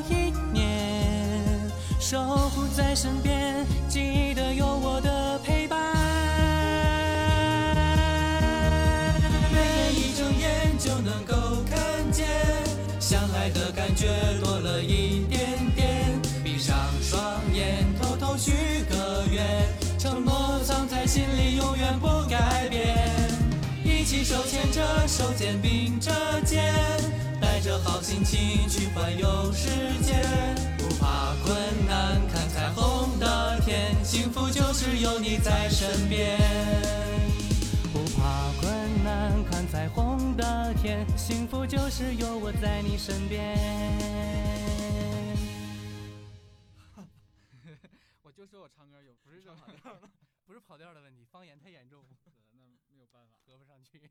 一年，守护在身边，记得有我的陪伴。每一睁眼就能够看见，相爱的感觉多了一点点。闭上双眼，偷偷许个愿，承诺藏在心里，永远不改变。一起手牵着手，肩并着肩，带着好心情去环游世界，不怕困难，看彩虹的天，幸福就是有你在身边。不怕困难，看彩虹的天，幸福就是有我在你身边。 我就说我唱歌有不是正好， 不是跑调的问题，方言太严重，那没有办法，合不上去。